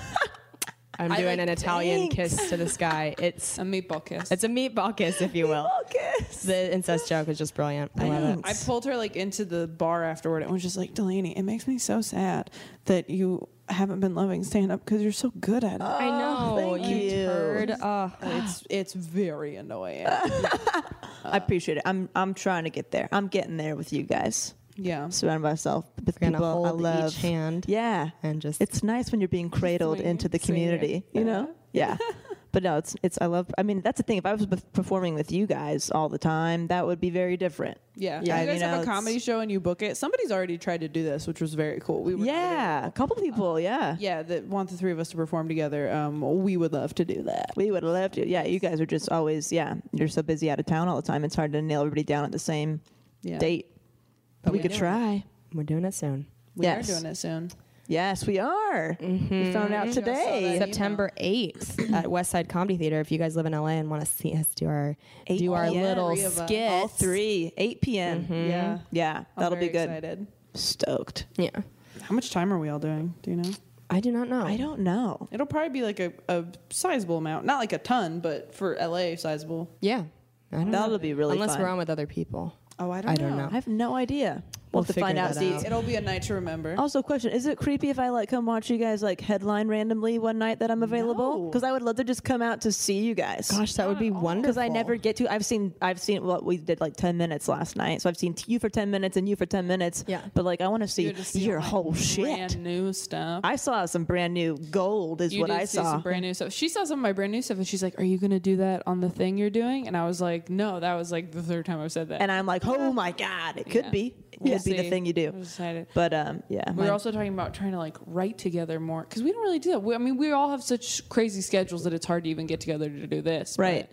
[SPEAKER 2] I'm
[SPEAKER 3] I
[SPEAKER 2] doing
[SPEAKER 3] like
[SPEAKER 2] an Italian
[SPEAKER 1] thanks.
[SPEAKER 2] kiss to the sky. It's
[SPEAKER 3] A meatball kiss.
[SPEAKER 2] it's a meatball kiss, if you will.
[SPEAKER 1] Focus.
[SPEAKER 2] The incest joke is just brilliant. I love it.
[SPEAKER 3] I pulled her like into the bar afterward and was just like, Delaney, it makes me so sad that you haven't been loving stand up because you're so good at it.
[SPEAKER 4] I know
[SPEAKER 1] thank
[SPEAKER 4] you,
[SPEAKER 1] you.
[SPEAKER 4] turd. Oh,
[SPEAKER 3] it's it's very annoying.
[SPEAKER 1] I appreciate it. I'm I'm trying to get there. I'm getting there with you guys.
[SPEAKER 3] yeah.
[SPEAKER 1] Surround myself with
[SPEAKER 2] We're gonna
[SPEAKER 1] people I
[SPEAKER 2] hold
[SPEAKER 1] love.
[SPEAKER 2] each hand
[SPEAKER 1] Yeah,
[SPEAKER 2] and just-
[SPEAKER 1] it's nice when you're being cradled into the community. You know, yeah. But no, it's it's. I love. I mean, that's the thing. If I was bef- performing with you guys all the time, that would be very different.
[SPEAKER 3] Yeah.
[SPEAKER 1] Yeah,
[SPEAKER 3] you guys
[SPEAKER 1] you know,
[SPEAKER 3] have a
[SPEAKER 1] it's-
[SPEAKER 3] comedy show and you book it. Somebody's already tried to do this, which was very cool. We were
[SPEAKER 1] Yeah, a couple people. Yeah,
[SPEAKER 3] Oh. yeah, that want the three of us to perform together. Um, we would love to do that.
[SPEAKER 1] we would have loved you. Yeah, you guys are just always. Yeah, you're so busy out of town all the time. It's hard to nail everybody down at the same
[SPEAKER 3] Yeah.
[SPEAKER 1] date. But we could try.
[SPEAKER 2] We're doing it soon.
[SPEAKER 3] We
[SPEAKER 1] Yes.
[SPEAKER 3] are doing it soon.
[SPEAKER 1] Yes, we are. We
[SPEAKER 2] Mm-hmm.
[SPEAKER 1] found out
[SPEAKER 4] Mm-hmm.
[SPEAKER 1] today.
[SPEAKER 2] September 8th at Westside Comedy Theater. If you guys live in LA and want to see us do our do our
[SPEAKER 1] p.m.
[SPEAKER 2] little
[SPEAKER 3] Three of us.
[SPEAKER 2] skit,
[SPEAKER 1] All three, 8 p.m.
[SPEAKER 3] Yeah.
[SPEAKER 1] Yeah, that'll be
[SPEAKER 3] very
[SPEAKER 1] good.
[SPEAKER 3] Excited.
[SPEAKER 1] Stoked.
[SPEAKER 2] yeah,
[SPEAKER 3] How much time are we all doing? Do you know?
[SPEAKER 2] I do not know.
[SPEAKER 1] I don't know.
[SPEAKER 3] It'll probably be like a, a sizable amount, not like a ton, but for LA, sizable.
[SPEAKER 2] Yeah, I don't
[SPEAKER 1] That'll
[SPEAKER 2] know.
[SPEAKER 1] be really
[SPEAKER 2] unless
[SPEAKER 1] fun.
[SPEAKER 2] we're on with other people.
[SPEAKER 3] Oh, I don't,
[SPEAKER 2] I don't know.
[SPEAKER 1] I have no idea. We'll,
[SPEAKER 2] We'll
[SPEAKER 1] have to
[SPEAKER 2] figure
[SPEAKER 1] find out.
[SPEAKER 2] that
[SPEAKER 1] See,
[SPEAKER 2] out.
[SPEAKER 1] it'll-
[SPEAKER 3] It'll be a night to remember.
[SPEAKER 1] Also, question: Is it creepy if I like come watch you guys like headline randomly one night that I'm available? Because I would love to just come out to see you guys.
[SPEAKER 2] Gosh, that would be wonderful.
[SPEAKER 1] because I never get to. I've seen. I've seen what we did like ten minutes last night. So I've seen you for ten minutes and you for ten minutes.
[SPEAKER 2] Yeah.
[SPEAKER 1] But like, I want to see
[SPEAKER 3] You'll just see
[SPEAKER 1] your
[SPEAKER 3] all, like,
[SPEAKER 1] whole
[SPEAKER 3] brand
[SPEAKER 1] shit.
[SPEAKER 3] new stuff.
[SPEAKER 1] I saw some brand new gold. Is
[SPEAKER 3] you
[SPEAKER 1] what
[SPEAKER 3] did
[SPEAKER 1] I
[SPEAKER 3] see
[SPEAKER 1] saw.
[SPEAKER 3] some brand new stuff. She saw some of my brand new stuff, and she's like, "Are you gonna do that on the thing you're doing?" And I was like, "No, that was like the third time I've said that."
[SPEAKER 1] and I'm like, oh my god, it could
[SPEAKER 3] Yeah.
[SPEAKER 1] be. It
[SPEAKER 3] We'll
[SPEAKER 1] could be the
[SPEAKER 3] see.
[SPEAKER 1] thing you do.
[SPEAKER 3] I'm excited.
[SPEAKER 1] But um, yeah.
[SPEAKER 3] we
[SPEAKER 1] my-
[SPEAKER 3] were also talking about trying to like write together more because we don't really do that. We, I mean, we all have such crazy schedules that it's hard to even get together to do this, but-
[SPEAKER 1] Right.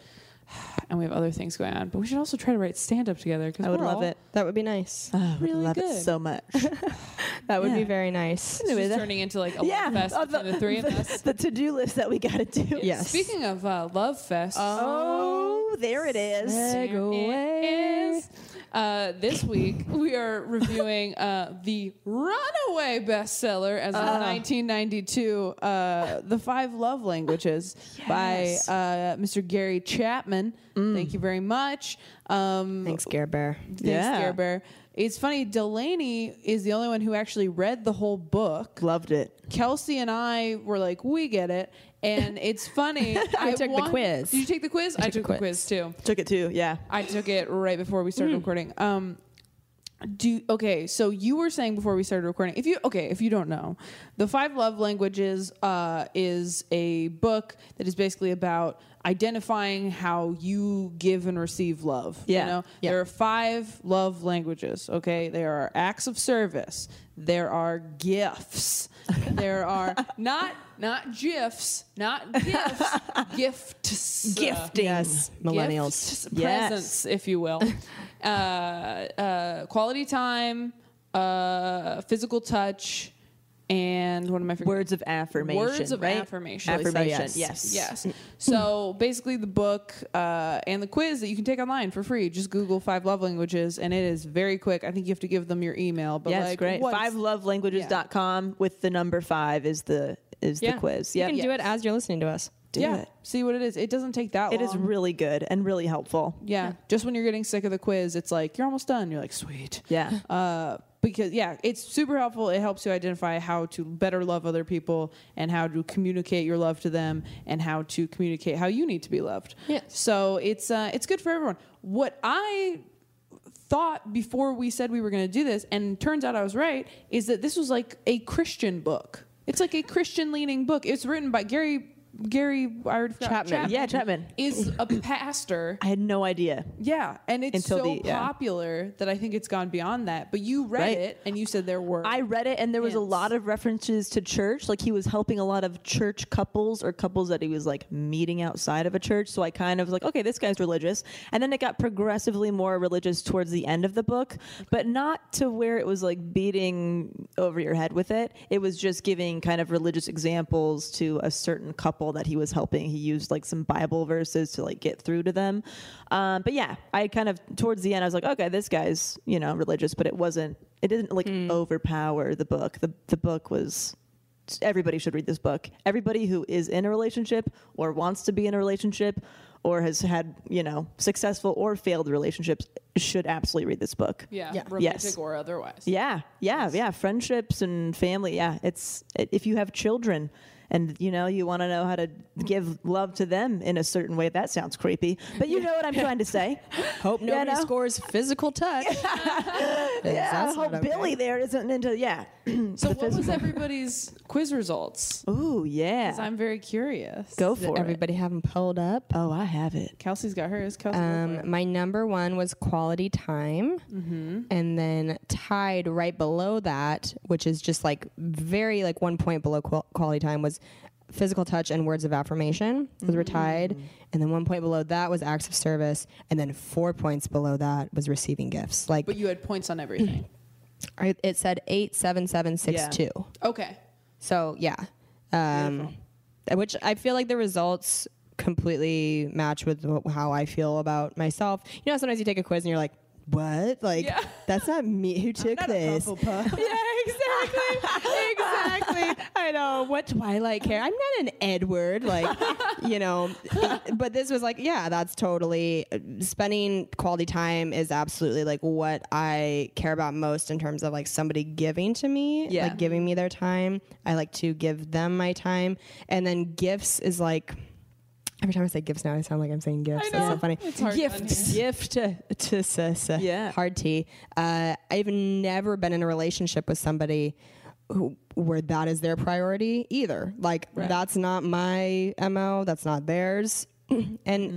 [SPEAKER 3] and we have other things going on, but we should also try to write stand up together. Cause
[SPEAKER 1] I would
[SPEAKER 3] we're
[SPEAKER 1] love
[SPEAKER 3] all-
[SPEAKER 1] it.
[SPEAKER 2] That would be nice.
[SPEAKER 1] I would
[SPEAKER 3] really
[SPEAKER 1] love it
[SPEAKER 3] good.
[SPEAKER 1] so much.
[SPEAKER 2] that would be
[SPEAKER 1] yeah.
[SPEAKER 2] very nice.
[SPEAKER 3] It's just turning into like a love fest
[SPEAKER 1] oh,
[SPEAKER 3] between the, three of us.
[SPEAKER 1] The to-do list that we got to do.
[SPEAKER 2] Yes.
[SPEAKER 3] Speaking of uh, love fest,
[SPEAKER 1] Oh, there it is.
[SPEAKER 3] There it is. Uh, this week we are reviewing uh, the runaway bestseller as of 1992, uh, "The Five Love Languages" by uh, Mr. Gary Chapman. Thank you very much. Um,
[SPEAKER 2] Thanks, Gare Bear.
[SPEAKER 3] thanks,
[SPEAKER 1] Yeah.
[SPEAKER 3] Care Bear. It's funny. Delaney is the only one who actually read the whole book.
[SPEAKER 1] Loved it.
[SPEAKER 3] Kelsey and I were like, we get it. And it's funny. I
[SPEAKER 2] took the
[SPEAKER 3] want-
[SPEAKER 2] quiz.
[SPEAKER 3] Did you take the quiz? I, took the quiz too.
[SPEAKER 1] Took it too. Yeah.
[SPEAKER 3] I took it right before we started recording. Um, do okay. So you were saying before we started recording, if you okay, if you don't know, the Five Love Languages uh, is a book that is basically about identifying how you give and receive love.
[SPEAKER 1] Yeah.
[SPEAKER 3] You know?
[SPEAKER 2] Yeah.
[SPEAKER 3] There are five love languages. Okay, there are acts of service. There are gifts. there are not not gifs, not gifts, gifts,
[SPEAKER 1] Gifting.
[SPEAKER 2] Yes, millennials.
[SPEAKER 3] Gifts,
[SPEAKER 1] Yes.
[SPEAKER 3] presents, if you will, uh, uh, quality time, uh, physical touch, and what am I forgetting?
[SPEAKER 1] Words of affirmation.
[SPEAKER 3] Words of
[SPEAKER 1] right?
[SPEAKER 3] affirmation.
[SPEAKER 1] Affirmation.
[SPEAKER 2] yes.
[SPEAKER 1] yes. Mm.
[SPEAKER 3] Yes. So basically, the book uh, and the quiz that you can take online for free. Just Google five love languages, and it is very quick. I think you have to give them your email. But
[SPEAKER 1] Yeah, it's
[SPEAKER 3] like,
[SPEAKER 1] great.
[SPEAKER 3] what's-
[SPEAKER 1] Fivelovelanguages.com with the number five is the is
[SPEAKER 3] Yeah.
[SPEAKER 1] the quiz.
[SPEAKER 2] You
[SPEAKER 1] Yeah.
[SPEAKER 2] can do it as you're listening to us.
[SPEAKER 3] yeah.
[SPEAKER 1] it.
[SPEAKER 3] See what it is. It doesn't take that
[SPEAKER 1] It
[SPEAKER 3] long.
[SPEAKER 1] is really good and really helpful.
[SPEAKER 3] yeah. Just when you're getting sick of the quiz, it's like you're almost done. You're like, sweet.
[SPEAKER 1] Yeah.
[SPEAKER 3] uh, because yeah, it's super helpful. It helps you identify how to better love other people and how to communicate your love to them and how to communicate how you need to be loved.
[SPEAKER 2] Yes.
[SPEAKER 3] So it's uh, it's good for everyone. What I thought before we said we were going to do this, and turns out I was right, is that this was like a Christian book. It's like a Christian leaning book. It's written by Gary Gary I already forgot,
[SPEAKER 1] Chapman. Yeah, Chapman.
[SPEAKER 3] is a pastor.
[SPEAKER 1] I had no idea.
[SPEAKER 3] Yeah, and it's
[SPEAKER 1] Until
[SPEAKER 3] so
[SPEAKER 1] the- yeah.
[SPEAKER 3] popular that I think it's gone beyond that. But you read
[SPEAKER 1] Right.
[SPEAKER 3] it and you said there were.
[SPEAKER 1] I read it, and there was a
[SPEAKER 3] Hints.
[SPEAKER 1] lot of references to church. Like he was helping a lot of church couples or couples that he was like meeting outside of a church. So I kind of was like, okay, this guy's religious. And then it got progressively more religious towards the end of the book, but not to where it was like beating over your head with it. It was just giving kind of religious examples to a certain couple that he was helping. He used like some Bible verses to like get through to them. Um, but yeah, I kind of towards the end, I was like, okay, this guy's you know religious, but it wasn't it didn't like overpower the book. The the book was everybody should read this book. Everybody who is in a relationship or wants to be in a relationship or has had, you know, successful or failed relationships should absolutely read this book.
[SPEAKER 3] Yeah,
[SPEAKER 1] Yes.
[SPEAKER 3] romantic or otherwise.
[SPEAKER 1] Yeah, yeah, yeah. Friendships and family. Yeah, it's if you have children and you know you want to know how to give love to them in a certain way. That sounds creepy, but you know what I'm trying to say.
[SPEAKER 4] Hope nobody
[SPEAKER 1] know?
[SPEAKER 4] scores physical touch.
[SPEAKER 1] yeah, I
[SPEAKER 2] That's
[SPEAKER 1] hope
[SPEAKER 2] not okay.
[SPEAKER 1] Billy there isn't into yeah.
[SPEAKER 3] So what was everybody's quiz results?
[SPEAKER 1] Ooh, yeah.
[SPEAKER 3] 'Cause I'm very curious.
[SPEAKER 1] Go for it.
[SPEAKER 2] Everybody have them pulled up.
[SPEAKER 1] Oh, I have it.
[SPEAKER 3] Kelsey's got hers. Kelsey, go for it.
[SPEAKER 2] Um, my number one was quality time,
[SPEAKER 1] Mm-hmm.
[SPEAKER 2] and then tied right below that, which is just like very like one point below qual- quality time was physical touch and words of affirmation. Those were tied,
[SPEAKER 1] Mm.
[SPEAKER 2] and then one point below that was acts of service, and then four points below that was receiving gifts. Like
[SPEAKER 3] but you had points on everything.
[SPEAKER 2] I, it said eight seven seven six two.
[SPEAKER 3] okay.
[SPEAKER 2] So yeah, um, which I feel like the results completely match with wh- how I feel about myself. You know, how sometimes you take a quiz and you're like, "What? Like
[SPEAKER 3] Yeah.
[SPEAKER 2] that's not me who took this."
[SPEAKER 4] yeah, exactly. Exactly. I know.
[SPEAKER 2] What do I like here? I'm not an Edward, like you know. But this was like, yeah, that's totally spending quality time is absolutely like what I care about most in terms of like somebody giving to me,
[SPEAKER 3] Yeah.
[SPEAKER 2] like giving me their time. I like to give them my time, and then gifts is like. Every time I say gifts now, I sound like I'm saying gifts. That's so funny.
[SPEAKER 3] It's hard
[SPEAKER 2] Gifts. Gift to, to, to, to
[SPEAKER 1] Yeah.
[SPEAKER 2] hard tea. Uh, I've never been in a relationship with somebody who, where that is their priority either. Like that's not my mo. That's not theirs. and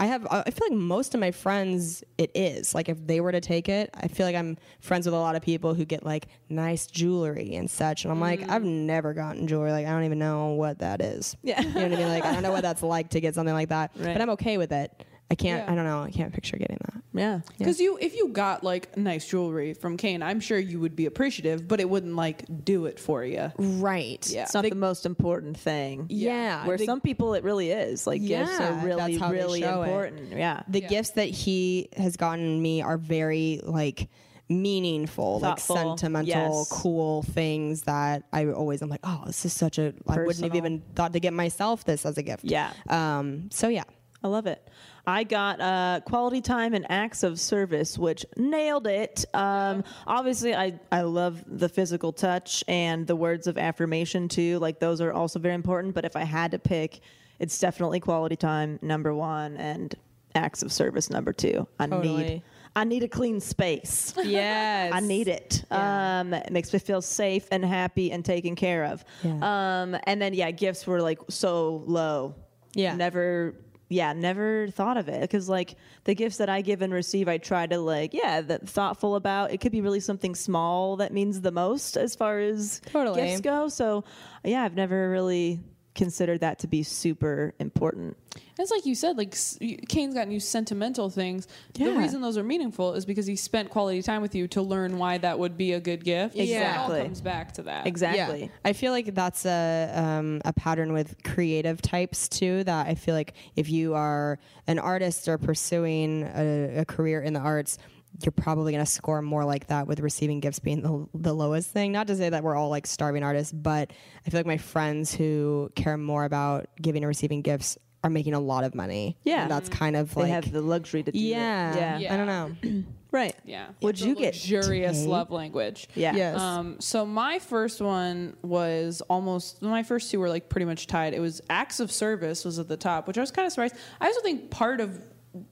[SPEAKER 2] I have. I feel like most of my friends, it is. Like if they were to take it, I feel like I'm friends with a lot of people who get like nice jewelry and such. And I'm like, I've never gotten jewelry. Like I don't even know what that is. Yeah. You know what I mean? Like I don't know what that's like to get something like that. But I'm okay with it. I can't. I don't know. I can't picture getting that.
[SPEAKER 1] Yeah.
[SPEAKER 3] Because you, if you got like nice jewelry from Kane, I'm sure you would be appreciative, but it wouldn't like do it for you.
[SPEAKER 2] Right. Yeah.
[SPEAKER 1] It's not the most important thing.
[SPEAKER 2] Yeah.
[SPEAKER 1] Where
[SPEAKER 2] The-
[SPEAKER 1] some people it really is. Like gifts
[SPEAKER 2] Yeah,
[SPEAKER 1] are really,
[SPEAKER 2] that's how they
[SPEAKER 1] really
[SPEAKER 2] show it.
[SPEAKER 1] important. Yeah.
[SPEAKER 2] the gifts that he has gotten me are very like meaningful,
[SPEAKER 1] Thoughtful.
[SPEAKER 2] like sentimental,
[SPEAKER 1] Yes.
[SPEAKER 2] cool things that I always I'm like, oh, this is such a I wouldn't have
[SPEAKER 1] Personal.
[SPEAKER 2] even thought to get myself this as a gift.
[SPEAKER 1] Yeah.
[SPEAKER 2] Um. So yeah.
[SPEAKER 1] I love it. I got uh, quality time and acts of service, which nailed it. Um, obviously, I, I love the physical touch and the words of affirmation, too. Like, those are also very important. But if I had to pick, it's definitely quality time, number one, and acts of service, number two. I need.
[SPEAKER 4] Totally.
[SPEAKER 1] I need a clean space.
[SPEAKER 4] Yes.
[SPEAKER 1] I need it. Um, it makes me feel safe and happy and taken care of. Um, and then yeah, gifts were like so low.
[SPEAKER 2] Yeah.
[SPEAKER 1] never. Yeah, never thought of it because like the gifts that I give and receive, I try to like yeah, that thoughtful about. It could be really something small that means the most as far as
[SPEAKER 2] Totally.
[SPEAKER 1] gifts go. So yeah, I've never really considered that to be super important.
[SPEAKER 3] It's like you said, like s- you- Kane's gotten you sentimental things. The
[SPEAKER 1] Yeah.
[SPEAKER 3] reason those are meaningful is because he spent quality time with you to learn why that would be a good gift. So It
[SPEAKER 1] Exactly.
[SPEAKER 3] all comes back to that.
[SPEAKER 1] Exactly.
[SPEAKER 2] Yeah. I feel like that's a um, a pattern with creative types too. That I feel like if you are an artist or pursuing a, a career in the arts. You're probably going to score more like that with receiving gifts being the, the lowest thing. Not to say that we're all like starving artists, but I feel like my friends who care more about giving and receiving gifts are making a lot of money.
[SPEAKER 1] Yeah.
[SPEAKER 2] And that's kind of
[SPEAKER 1] They
[SPEAKER 2] like.
[SPEAKER 1] have the luxury to do
[SPEAKER 2] yeah,
[SPEAKER 1] It. Yeah.
[SPEAKER 2] I don't know.
[SPEAKER 1] Right.
[SPEAKER 3] Yeah.
[SPEAKER 1] What'd
[SPEAKER 3] It's a
[SPEAKER 1] you get?
[SPEAKER 3] Luxurious love language.
[SPEAKER 1] Yeah.
[SPEAKER 2] Yes.
[SPEAKER 3] Um, so my first one was almost my first two were like pretty much tied. It was acts of service was at the top, which I was kind of surprised. I also think part of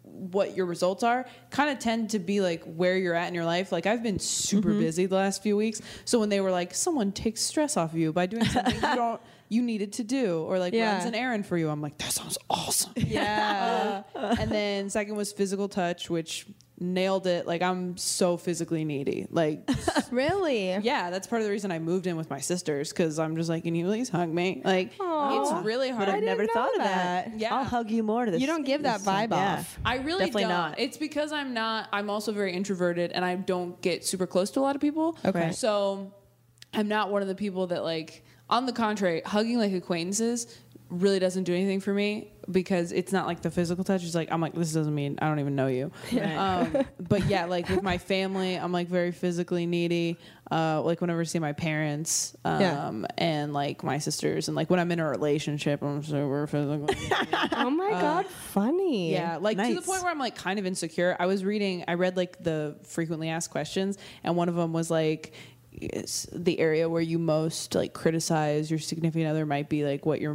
[SPEAKER 3] what your results are kind of tend to be like where you're at in your life. Like I've been super
[SPEAKER 2] Mm-hmm.
[SPEAKER 3] busy the last few weeks, so when they were like someone takes stress off of you by doing something you don't you needed to do or like
[SPEAKER 2] Yeah.
[SPEAKER 3] runs an errand for you, I'm like that sounds awesome.
[SPEAKER 4] Yeah.
[SPEAKER 3] Uh, and then second was physical touch, which nailed it. Like I'm so physically needy. Like
[SPEAKER 2] really?
[SPEAKER 3] yeah, that's part of the reason I moved in with my sisters because I'm just like, can you please hug me? Like it's really hard.
[SPEAKER 1] But I've never
[SPEAKER 2] know
[SPEAKER 1] thought of that.
[SPEAKER 3] that. Yeah.
[SPEAKER 1] I'll hug you more to this.
[SPEAKER 2] You don't give that
[SPEAKER 1] this-
[SPEAKER 2] vibe
[SPEAKER 1] yeah.
[SPEAKER 2] off.
[SPEAKER 3] I really
[SPEAKER 1] Definitely
[SPEAKER 3] don't.
[SPEAKER 1] not.
[SPEAKER 3] It's because I'm not. I'm also very introverted, and I don't get super close to a lot of people.
[SPEAKER 2] Okay.
[SPEAKER 3] So I'm not one of the people that like. On the contrary, hugging like acquaintances really doesn't do anything for me because it's not like the physical touch. It's like I'm like this doesn't mean I don't even know you. Um, but yeah, like with my family, I'm like very physically needy. Uh, like whenever I see my parents, um,
[SPEAKER 2] Yeah.
[SPEAKER 3] and like my sisters, and like when I'm in a relationship, I'm super physical.
[SPEAKER 2] oh my
[SPEAKER 1] Uh,
[SPEAKER 2] god, funny.
[SPEAKER 3] Yeah, like to the
[SPEAKER 1] Nice.
[SPEAKER 3] point where I'm like kind of insecure. I was reading, I read like the frequently asked questions, and one of them was like, is the area where you most like criticize your significant other might be like what your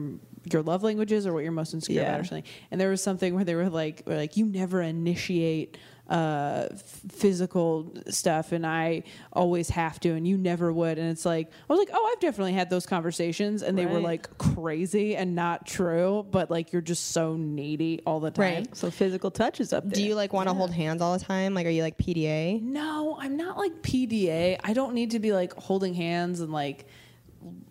[SPEAKER 3] your love language is or what you're most insecure about or
[SPEAKER 1] Yeah.
[SPEAKER 3] something. And there was something where they were like, were like you never initiate uh f- physical stuff and i always have to and you never would and it's like i was like oh i've definitely had those conversations and they were
[SPEAKER 1] Right.
[SPEAKER 3] like crazy and not true but like you're just so needy all the time
[SPEAKER 2] Right.
[SPEAKER 1] So physical touch is up there.
[SPEAKER 2] Do you like want to hold hands all the time? Like, are you like PDA?
[SPEAKER 3] No, I'm not like PDA. I don't need to be like holding hands and like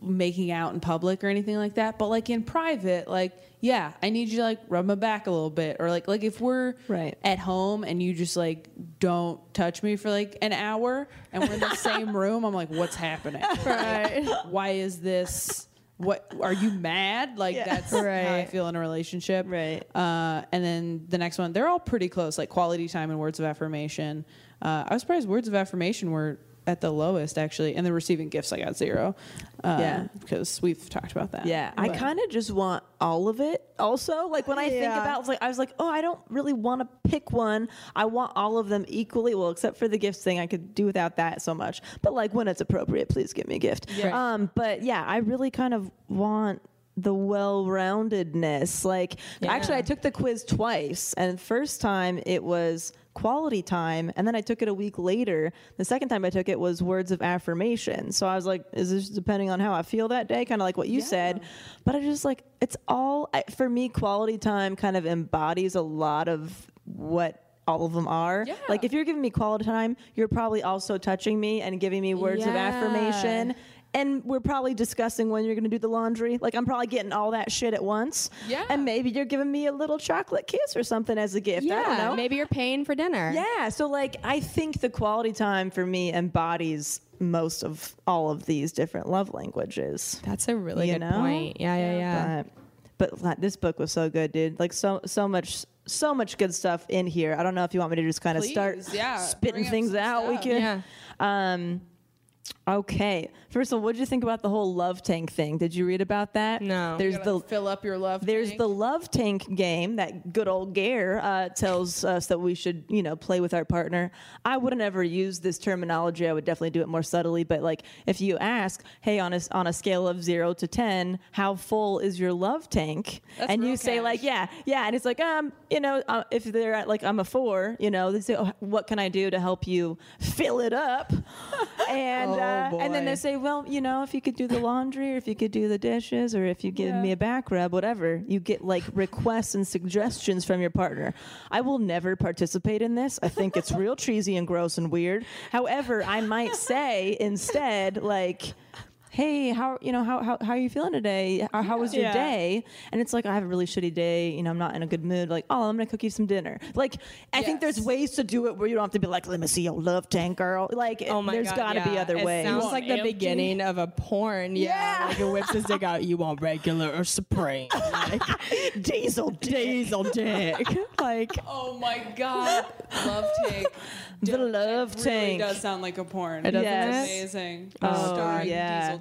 [SPEAKER 3] making out in public or anything like that. But like in private, like yeah, I need you to like rub my back a little bit or like like if we're
[SPEAKER 1] Right.
[SPEAKER 3] at home and you just like don't touch me for like an hour and we're in the same room, I'm like, what's happening? Right. Why is this? What are you mad? Like that's how I
[SPEAKER 2] Right.
[SPEAKER 3] feel in a relationship.
[SPEAKER 1] Right.
[SPEAKER 3] Uh, and then the next one, they're all pretty close, like quality time and words of affirmation. Uh, I was surprised words of affirmation were at the lowest actually, and then receiving gifts I got zero. Uh,
[SPEAKER 1] Yeah.
[SPEAKER 3] because we've talked about that.
[SPEAKER 1] Yeah, I kind of just want all of it. Also, like when I think
[SPEAKER 2] Yeah.
[SPEAKER 1] about, it's like I was like, oh, I don't really want to pick one. I want all of them equally. Well, except for the gifts thing, I could do without that so much. But like when it's appropriate, please give me a gift. Um, but yeah, I really kind of want the well-roundedness. Like actually, I took the quiz twice, and first time it was quality time and then i took it a week later the second time i took it was words of affirmation so i was like is this depending on how i feel that day kind of like what you said but i just like it's all I- for me quality time kind of embodies a lot of what all of them are like if you're giving me quality time you're probably also touching me and giving me words of
[SPEAKER 4] Yeah.
[SPEAKER 1] affirmation and we're probably discussing when you're going to do the laundry. Like I'm probably getting all that shit at once.
[SPEAKER 3] Yeah.
[SPEAKER 1] And maybe you're giving me a little chocolate kiss or something as a gift. I don't
[SPEAKER 4] yeah,
[SPEAKER 1] know.
[SPEAKER 4] maybe you're paying for dinner.
[SPEAKER 1] Yeah, so like I think the quality time for me embodies most of all of these different love languages.
[SPEAKER 4] That's a really
[SPEAKER 1] You
[SPEAKER 4] good
[SPEAKER 1] know?
[SPEAKER 4] point. Yeah, yeah, yeah.
[SPEAKER 1] But, but like, this book was so good, dude. Like so so much so much good stuff in here. I don't know if you want me to just kind of start
[SPEAKER 3] Please, yeah,
[SPEAKER 1] spitting
[SPEAKER 3] bring up
[SPEAKER 1] things
[SPEAKER 3] some
[SPEAKER 1] out. We
[SPEAKER 3] stuff.
[SPEAKER 1] can um Okay. First of all, what did you think about the whole love tank thing? Did you read about that?
[SPEAKER 2] No.
[SPEAKER 1] There's the
[SPEAKER 3] fill up your love.
[SPEAKER 1] there's
[SPEAKER 3] tank.
[SPEAKER 1] the love tank game that good old Gare uh, tells us that we should, you know, play with our partner. I wouldn't ever use this terminology. I would definitely do it more subtly. But like, if you ask, hey, on a on a scale of zero to ten, how full is your love tank? and you
[SPEAKER 3] real
[SPEAKER 1] say
[SPEAKER 3] cash.
[SPEAKER 1] like, yeah, yeah, and it's like, um, you know, uh, if they're at like, I'm a four, you know, they say, oh, what can I do to help you fill it up? and uh, and then they
[SPEAKER 2] boy.
[SPEAKER 1] say, well, you know, if you could do the laundry, or if you could do the dishes, or if you give me a back rub, whatever, you get like requests and suggestions from your partner. I will never participate in this. I think it's real cheesy and gross and weird. However, I might say instead, like. Hey, how you know how how, how are you feeling today? How, how was your
[SPEAKER 3] Yeah.
[SPEAKER 1] day? And it's like I have a really shitty day. You know, I'm not in a good mood. Like, oh, I'm gonna cook you some dinner. Like, I think there's
[SPEAKER 3] Yes.
[SPEAKER 1] ways to do it where you don't have to be like, let me see your love tank, girl. Like,
[SPEAKER 2] Oh my
[SPEAKER 1] there's
[SPEAKER 2] God,
[SPEAKER 1] got to be
[SPEAKER 2] yeah.
[SPEAKER 1] other
[SPEAKER 2] it
[SPEAKER 1] ways.
[SPEAKER 2] Sounds
[SPEAKER 3] want
[SPEAKER 2] like the
[SPEAKER 3] empty?
[SPEAKER 2] beginning of a porn. Yeah, like it whips his dick out. You want regular or supreme? Like
[SPEAKER 1] Diesel
[SPEAKER 2] diesel dick. Like
[SPEAKER 3] oh my god, love tank.
[SPEAKER 1] The love
[SPEAKER 3] Really
[SPEAKER 1] tank.
[SPEAKER 3] does sound like a porn. It
[SPEAKER 2] doesn't
[SPEAKER 1] Yes. it?
[SPEAKER 3] amazing.
[SPEAKER 1] Oh,
[SPEAKER 3] Starring
[SPEAKER 1] yeah.
[SPEAKER 3] Diesel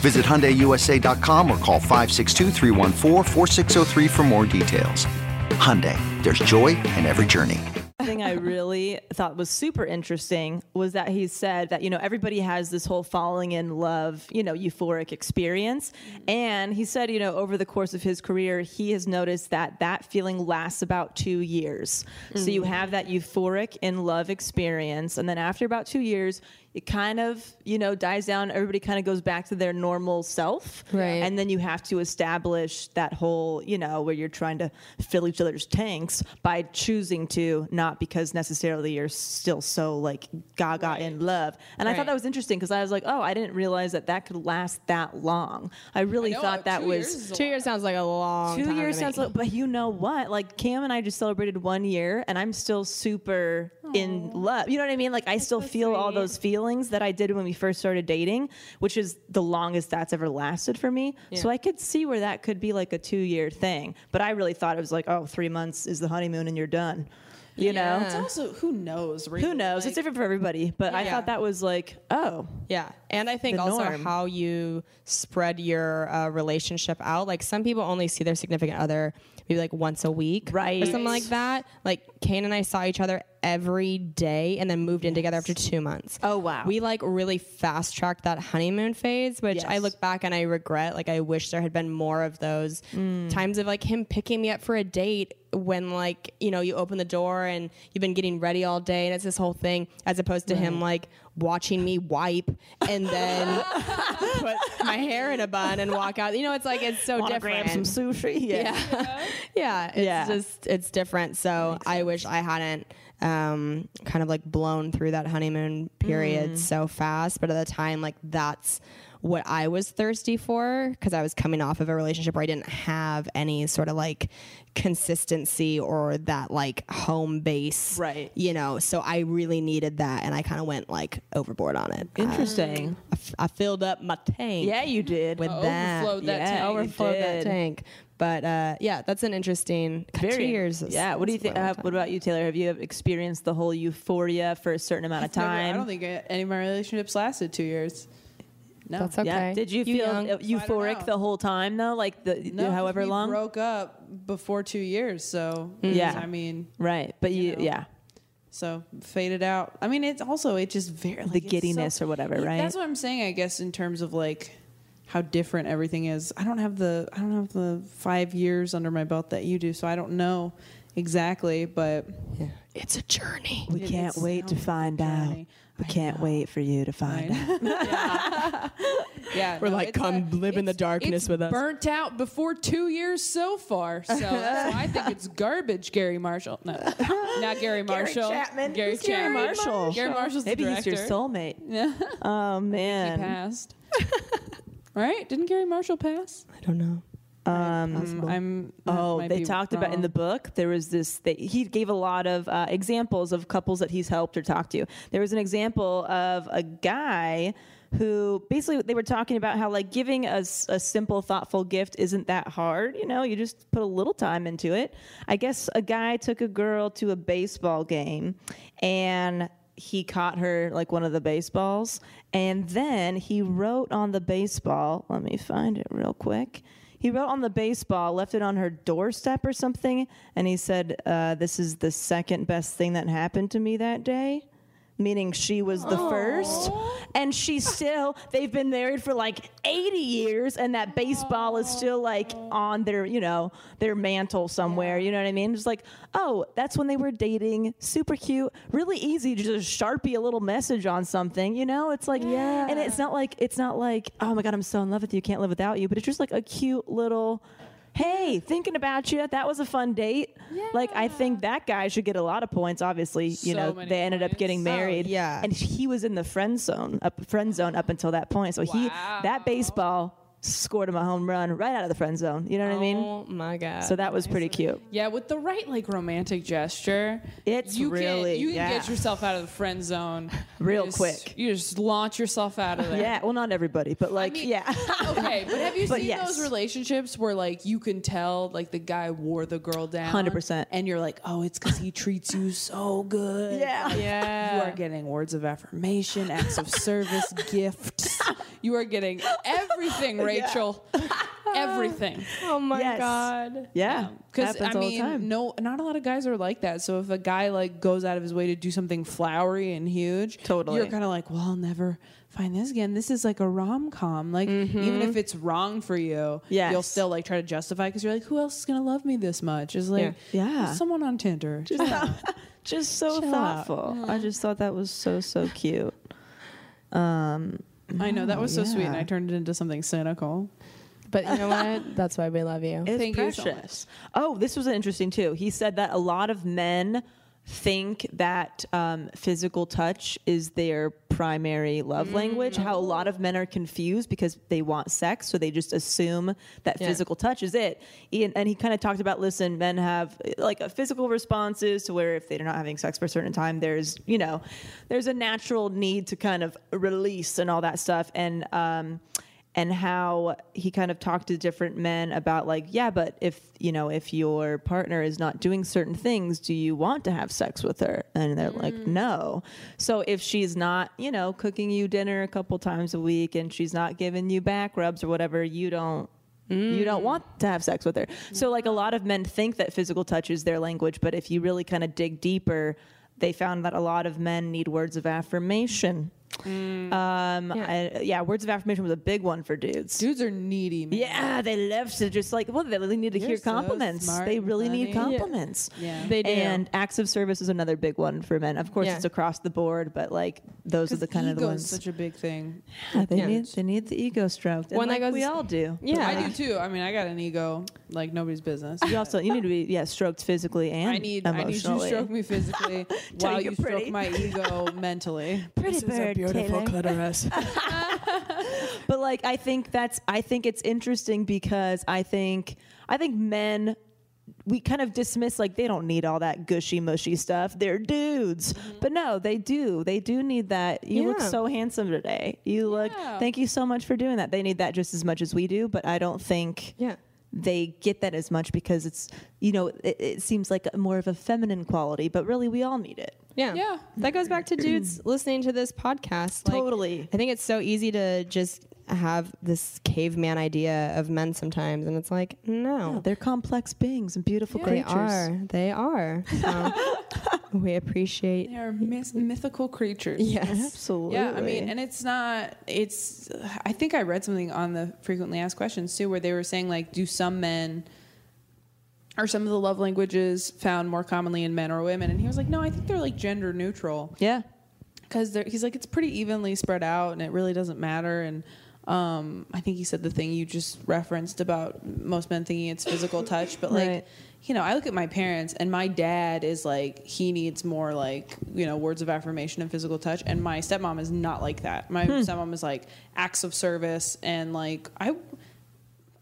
[SPEAKER 6] Visit HyundaiUSA.com or call 562 314 4603 for more details. Hyundai, there's joy in every journey.
[SPEAKER 1] thing I really thought was super interesting was that he said that, you know, everybody has this whole falling in love, you know, euphoric experience. And he said, you know, over the course of his career, he has noticed that that feeling lasts about two years. So you
[SPEAKER 7] Mm.
[SPEAKER 1] have that euphoric in love experience. And then after about two years, it kind of, you know, dies down. Everybody kind of goes back to their normal self.
[SPEAKER 8] Right.
[SPEAKER 1] And then you have to establish that whole, you know, where you're trying to fill each other's tanks by choosing to, not because necessarily you're still so like gaga in love. And I thought
[SPEAKER 3] Right.
[SPEAKER 1] that was interesting because I was like, oh, I didn't realize that that could last that long. I really
[SPEAKER 3] know,
[SPEAKER 1] thought that
[SPEAKER 3] two years
[SPEAKER 1] was
[SPEAKER 3] is a
[SPEAKER 1] two years sounds like a long. Two
[SPEAKER 3] time to
[SPEAKER 1] years sounds
[SPEAKER 3] me.
[SPEAKER 1] like, but you know what? Like Cam and I just celebrated one year, and I'm still super in love. You know what I mean? Like I still feel all those feelings that I did when we first started dating, which is the longest that's ever lasted for me. So I could see where that could be like a two year thing. But I really thought it was like, oh, three months is the honeymoon, and you're done. You know,
[SPEAKER 3] It's also who knows.
[SPEAKER 1] Uh-huh. who knows? it's different for everybody. But I
[SPEAKER 3] Yeah.
[SPEAKER 1] thought that was like, oh,
[SPEAKER 2] Yeah, and I think
[SPEAKER 1] The
[SPEAKER 2] also
[SPEAKER 1] norm.
[SPEAKER 2] how you spread your uh, relationship out. Like some people only see their significant other maybe like once a week,
[SPEAKER 1] right,
[SPEAKER 2] or something like that. Like Kane and I saw each other every day, and then moved in together after two months.
[SPEAKER 1] Oh wow,
[SPEAKER 2] we like really fast tracked that honeymoon phase, which I
[SPEAKER 1] Yes.
[SPEAKER 2] look back and I regret. Like I wish there had been more of those
[SPEAKER 1] Mm.
[SPEAKER 2] times of like him picking me up for a date when like you know you open the door and you've been getting ready all day and it's this whole thing as opposed to him like watching me wipe and then put my hair in a bun and walk out you know it's like it's so
[SPEAKER 1] Wanna
[SPEAKER 2] Oh, different
[SPEAKER 1] grab some sushi? Yeah.
[SPEAKER 2] yeah, Yeah, it's
[SPEAKER 1] Yeah.
[SPEAKER 2] just it's different so i wish i hadn't um, kind of like blown through that honeymoon period
[SPEAKER 1] Mm.
[SPEAKER 2] so fast but at the time like that's what i was thirsty for because i was coming off of a relationship where i didn't have any sort of like consistency or that like home base
[SPEAKER 1] right
[SPEAKER 2] you know so i really needed that and i kind of went like overboard on it I-
[SPEAKER 1] Interesting.
[SPEAKER 2] I, f- I filled up my tank
[SPEAKER 1] Yeah, you did.
[SPEAKER 2] with that
[SPEAKER 1] Overflowed that
[SPEAKER 2] yeah,
[SPEAKER 1] tank. You
[SPEAKER 2] overflowed that
[SPEAKER 1] did.
[SPEAKER 2] tank but uh, yeah that's an interesting God, two years is-
[SPEAKER 1] Yeah. What do you
[SPEAKER 2] that's
[SPEAKER 1] think?
[SPEAKER 2] a long
[SPEAKER 1] Uh,
[SPEAKER 2] time.
[SPEAKER 1] what about you, Taylor? Have you experienced the whole euphoria for a certain amount of
[SPEAKER 3] Never- I
[SPEAKER 1] time?
[SPEAKER 3] don't think any of my relationships lasted two years. No,
[SPEAKER 1] Yeah. Did you, feel
[SPEAKER 3] young.
[SPEAKER 1] eu-
[SPEAKER 3] So I don't
[SPEAKER 1] euphoric
[SPEAKER 3] know.
[SPEAKER 1] the whole time though? Like the
[SPEAKER 3] No, 'cause
[SPEAKER 1] however
[SPEAKER 3] we
[SPEAKER 1] long?
[SPEAKER 3] broke up before two years, so
[SPEAKER 1] Mm. Yeah.
[SPEAKER 3] I mean,
[SPEAKER 1] right? But you, yeah,
[SPEAKER 3] so faded out. I mean, it's also it just very like,
[SPEAKER 1] the
[SPEAKER 3] it's so-
[SPEAKER 1] giddiness or whatever,
[SPEAKER 3] Yeah,
[SPEAKER 1] right?
[SPEAKER 3] That's what I'm saying. I guess in terms of like how different everything is. I don't have the I don't have the five years under my belt that you do, so I don't know exactly. But
[SPEAKER 2] it's a journey.
[SPEAKER 1] we can't wait to find out. We can't wait for you to find out.
[SPEAKER 3] Yeah,
[SPEAKER 2] We're like, come live in the darkness
[SPEAKER 3] it's
[SPEAKER 2] with us.
[SPEAKER 3] burnt out before two years so far. So that's why I think it's garbage, Gary Marshall. No, not Gary Marshall.
[SPEAKER 1] Chapman.
[SPEAKER 3] Gary
[SPEAKER 1] Who's Gary
[SPEAKER 3] Chapman.
[SPEAKER 1] Marshall?
[SPEAKER 3] Gary Marshall's the
[SPEAKER 1] Maybe he's your
[SPEAKER 3] director.
[SPEAKER 1] soulmate.
[SPEAKER 3] Yeah.
[SPEAKER 1] Oh man.
[SPEAKER 3] He passed. right? Didn't Gary Marshall pass?
[SPEAKER 2] I don't know. Uh-huh.
[SPEAKER 1] Um,
[SPEAKER 3] I'm.
[SPEAKER 1] Oh,
[SPEAKER 3] might
[SPEAKER 1] they
[SPEAKER 3] be
[SPEAKER 1] talked about in the book. There was this. They, he gave a lot of uh, examples of couples that he's helped or talked to. There was an example of a guy who basically they were talking about how like giving a, s- a simple thoughtful gift isn't that hard you know you just put a little time into it i guess a guy took a girl to a baseball game and he caught her like one of the baseballs and then he wrote on the baseball let me find it real quick he wrote on the baseball left it on her doorstep or something and he said uh, this is the second best thing that happened to me that day meaning she was the first and she still they've been married for like 80 years and that baseball is still like on their you know their mantle somewhere you know what i mean just like oh that's when they were dating super cute really easy to just sharpie a little message on something you know it's like yeah and it's not like it's not like oh my god i'm so in love with you can't live without you but it's just like a cute little hey, thinking about you. That was a fun date. Like, I think that guy should get a lot of points. Obviously, you
[SPEAKER 2] So
[SPEAKER 1] know,
[SPEAKER 2] many Oh,
[SPEAKER 1] they ended up getting married.
[SPEAKER 2] yeah.
[SPEAKER 1] and he was in the friend zone, up friend zone up until that point. So he that baseball scored him a home run right out of the friend zone. You know what I mean?
[SPEAKER 2] Oh my god!
[SPEAKER 1] So that was pretty cute.
[SPEAKER 3] Yeah, with the right like romantic gesture,
[SPEAKER 1] It's
[SPEAKER 3] you
[SPEAKER 1] really
[SPEAKER 3] can, you can
[SPEAKER 1] yeah.
[SPEAKER 3] get yourself out of the friend zone
[SPEAKER 1] Real
[SPEAKER 3] You just-
[SPEAKER 1] quick.
[SPEAKER 3] You just launch yourself out of there.
[SPEAKER 1] Yeah, well, not everybody, but like, yeah.
[SPEAKER 2] oh
[SPEAKER 3] okay, but have you
[SPEAKER 1] But
[SPEAKER 3] seen
[SPEAKER 1] yes.
[SPEAKER 3] those relationships where like you can tell like the guy wore the girl down,
[SPEAKER 1] 100%.
[SPEAKER 3] and you're like, oh, it's because he treats you so good.
[SPEAKER 1] Yeah.
[SPEAKER 3] Like,
[SPEAKER 1] Yeah.
[SPEAKER 3] You are getting words of affirmation, acts of service, gifts. You are getting everything,
[SPEAKER 1] Yeah.
[SPEAKER 3] Rachel. everything.
[SPEAKER 4] Oh my
[SPEAKER 1] Yes.
[SPEAKER 4] god.
[SPEAKER 1] Yeah,
[SPEAKER 3] Because Um, I
[SPEAKER 1] happens all the
[SPEAKER 3] mean,
[SPEAKER 1] time.
[SPEAKER 3] no, not a lot of guys are like that. So if a guy like goes out of his way to do something flowery and huge,
[SPEAKER 1] Totally.
[SPEAKER 3] you're kind of like, well, I'll never find this again. This is like a rom com. Like even if it's wrong for you,
[SPEAKER 1] Mm-hmm. Yes.
[SPEAKER 3] you'll still like try to justify because you're like, who else is gonna love me this much? It's like,
[SPEAKER 1] Yeah. Yeah.
[SPEAKER 3] someone on Tinder.
[SPEAKER 1] just, thought- just so thoughtful. I just thought that was so so cute. Um,
[SPEAKER 3] I know that was so sweet, and
[SPEAKER 1] yeah.
[SPEAKER 3] I turned it into something cynical.
[SPEAKER 4] But you know what? That's why we love you.
[SPEAKER 1] it's
[SPEAKER 3] Thank you so
[SPEAKER 1] precious. Oh, this was interesting too. He said that a lot of men think that um, physical touch is their primary
[SPEAKER 3] Mm.
[SPEAKER 1] love language. How a lot of men are confused because they want sex, so they just assume that physical touch is it. Ian, and he kind of talked about listen, men have eh, like a physical responses to where if they're not having sex for a certain time, there's you know, there's a natural need to kind of release and all that stuff. And um, and how he kind of talked to different men about like yeah but if you know if your partner is not doing certain things do you want to have sex with her and they're like no so if she's not you know cooking you dinner a couple times a week and she's not giving you back rubs or whatever you don't you don't want to have sex with her so like a lot of men think that physical touch is their language but if you really kind of dig deeper they found that a lot of men need words of affirmation um, yeah. I, yeah, words of affirmation was a big one for dudes.
[SPEAKER 3] Dudes are needy. Man.
[SPEAKER 1] Yeah, they love to just like well, they really need to hear
[SPEAKER 3] so
[SPEAKER 1] compliments.
[SPEAKER 3] smart
[SPEAKER 1] they
[SPEAKER 3] and
[SPEAKER 1] really need
[SPEAKER 3] funny. Yeah.
[SPEAKER 1] compliments.
[SPEAKER 3] Yeah.
[SPEAKER 4] They do.
[SPEAKER 1] And acts of service is another big one for men. Of course,
[SPEAKER 4] Yeah.
[SPEAKER 1] it's across the board, but like those are the kind of the
[SPEAKER 3] Ego is
[SPEAKER 1] ones.
[SPEAKER 3] such a big thing.
[SPEAKER 1] yeah, they need they need the ego stroked.
[SPEAKER 4] One
[SPEAKER 1] One
[SPEAKER 4] that
[SPEAKER 1] like
[SPEAKER 4] goes-
[SPEAKER 1] we all do. but,
[SPEAKER 4] Yeah.
[SPEAKER 3] I
[SPEAKER 1] like,
[SPEAKER 3] do too. I mean, I got an ego like nobody's business.
[SPEAKER 1] You also you need to be yeah stroked physically and
[SPEAKER 3] I need I need you to
[SPEAKER 1] emotionally.
[SPEAKER 3] stroke me physically while
[SPEAKER 1] you're
[SPEAKER 3] you stroke
[SPEAKER 1] pretty.
[SPEAKER 3] my ego mentally.
[SPEAKER 1] Pretty bird, Taylor.
[SPEAKER 3] clitoris.
[SPEAKER 1] but like i think that's i think it's interesting because i think i think men we kind of dismiss like they don't need all that gushy mushy stuff they're dudes
[SPEAKER 3] Mm-hmm.
[SPEAKER 1] but no they do they do need that you look
[SPEAKER 4] Yeah.
[SPEAKER 1] so handsome today you look thank you so much for doing that they need that just as much as we do but i don't think
[SPEAKER 4] Yeah.
[SPEAKER 1] they get that as much because it's you know it, it seems like more of a feminine quality but really we all need it
[SPEAKER 4] Yeah.
[SPEAKER 3] Yeah.
[SPEAKER 4] That goes back to dudes listening to this podcast. Like,
[SPEAKER 1] Totally.
[SPEAKER 4] I think it's so easy to just have this caveman idea of men sometimes. And it's like, no.
[SPEAKER 1] they're complex beings and beautiful
[SPEAKER 4] Oh. they
[SPEAKER 1] creatures
[SPEAKER 4] are. They are. So we appreciate.
[SPEAKER 3] They're myth- mythical creatures.
[SPEAKER 4] Yes.
[SPEAKER 1] absolutely
[SPEAKER 3] Yeah, I mean, and it's not. It's. I think I read something on the frequently asked questions too, where they were saying like, do some men are some of the love languages found more commonly in men or women? And he was like, no, I think they're like gender neutral.
[SPEAKER 1] yeah
[SPEAKER 3] because he's like it's pretty evenly spread out and it really doesn't matter and um, i think he said the thing you just referenced about most men thinking it's physical touch but like
[SPEAKER 1] Right.
[SPEAKER 3] you know i look at my parents and my dad is like he needs more like you know words of affirmation and physical touch and my stepmom is not like that my stepmom is like acts of service and like i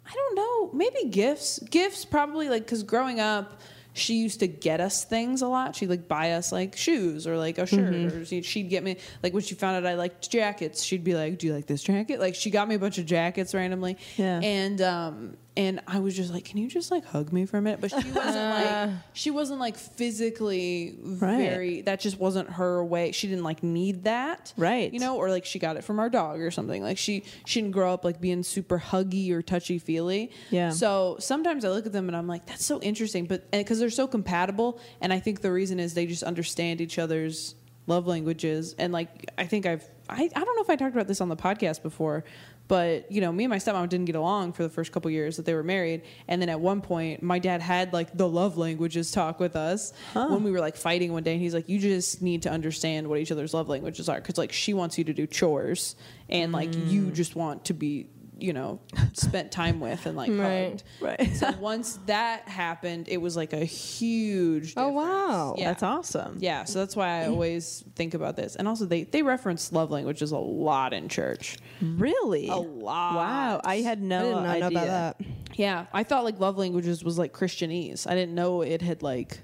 [SPEAKER 3] I don't know. Maybe gifts. Gifts probably like because growing up, she used to get us things a lot. She'd like buy us like shoes or like a shirt, or
[SPEAKER 1] Mm-hmm.
[SPEAKER 3] she- she'd get me like when she found out I liked jackets, she'd be like, "Do you like this jacket?" Like she got me a bunch of jackets randomly.
[SPEAKER 1] Yeah.
[SPEAKER 3] And um and I was just like, "Can you just like hug me for a minute?" But she wasn't like she wasn't like physically
[SPEAKER 1] Uh. Right.
[SPEAKER 3] very. That just wasn't her way. She didn't like need that.
[SPEAKER 1] Right.
[SPEAKER 3] You know know, or like she got it from our dog or something. Like she she didn't grow up like being super huggy or touchy feely.
[SPEAKER 1] Yeah.
[SPEAKER 3] So sometimes I look at them and I'm like, that's so interesting, but because they're so compatible, and I think the reason is they just understand each other's love languages. And like I think I've I, I don't know if I talked about this on the podcast before, but you know me and my stepmom didn't get along for the first couple years that they were married, and then at one point my dad had like the love languages talk with us when we were like fighting one day, and he's like, you just need to understand what each other's love languages are, because like she wants you to do chores, and like you just want to be you know spent time with and like hugged.
[SPEAKER 1] Right.
[SPEAKER 3] So once that happened, it was like a huge.
[SPEAKER 4] Oh,
[SPEAKER 3] difference.
[SPEAKER 4] wow.
[SPEAKER 3] Yeah.
[SPEAKER 1] That's awesome.
[SPEAKER 3] Yeah, so that's why I always think about this, and also they they reference love languages a lot in church.
[SPEAKER 1] Really?
[SPEAKER 3] A lot.
[SPEAKER 1] Wow. I had no
[SPEAKER 4] I did not
[SPEAKER 1] idea.
[SPEAKER 4] know about that.
[SPEAKER 3] Yeah, I thought like love languages was like Christianese. I didn't know it had like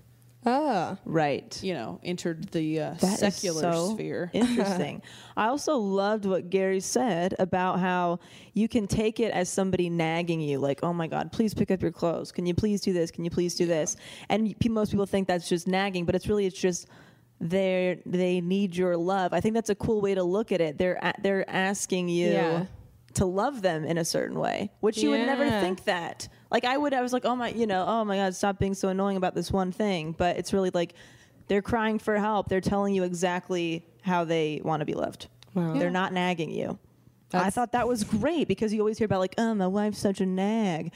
[SPEAKER 4] Oh.
[SPEAKER 1] Right.
[SPEAKER 3] you know entered the uh,
[SPEAKER 1] That is
[SPEAKER 3] secular
[SPEAKER 1] so
[SPEAKER 3] sphere.
[SPEAKER 1] Interesting. I also loved what Gary said about how you can take it as somebody nagging you, like, "Oh my God, please pick up your clothes. Can you please do this? Can you please do this?" And pe- most people think that's just nagging, but it's really it's just they they need your love. I think that's a cool way to look at it. They're a- they're asking you
[SPEAKER 4] Yeah.
[SPEAKER 1] to love them in a certain way, which you would never
[SPEAKER 2] Yeah.
[SPEAKER 1] think that. Like I would, I was like, oh my, you know, oh my God, stop being so annoying about this one thing. But it's really like they're crying for help. They're telling you exactly how they want to be loved. They're not nagging you. I thought that was great because you always hear about like, oh, my wife's such a nag.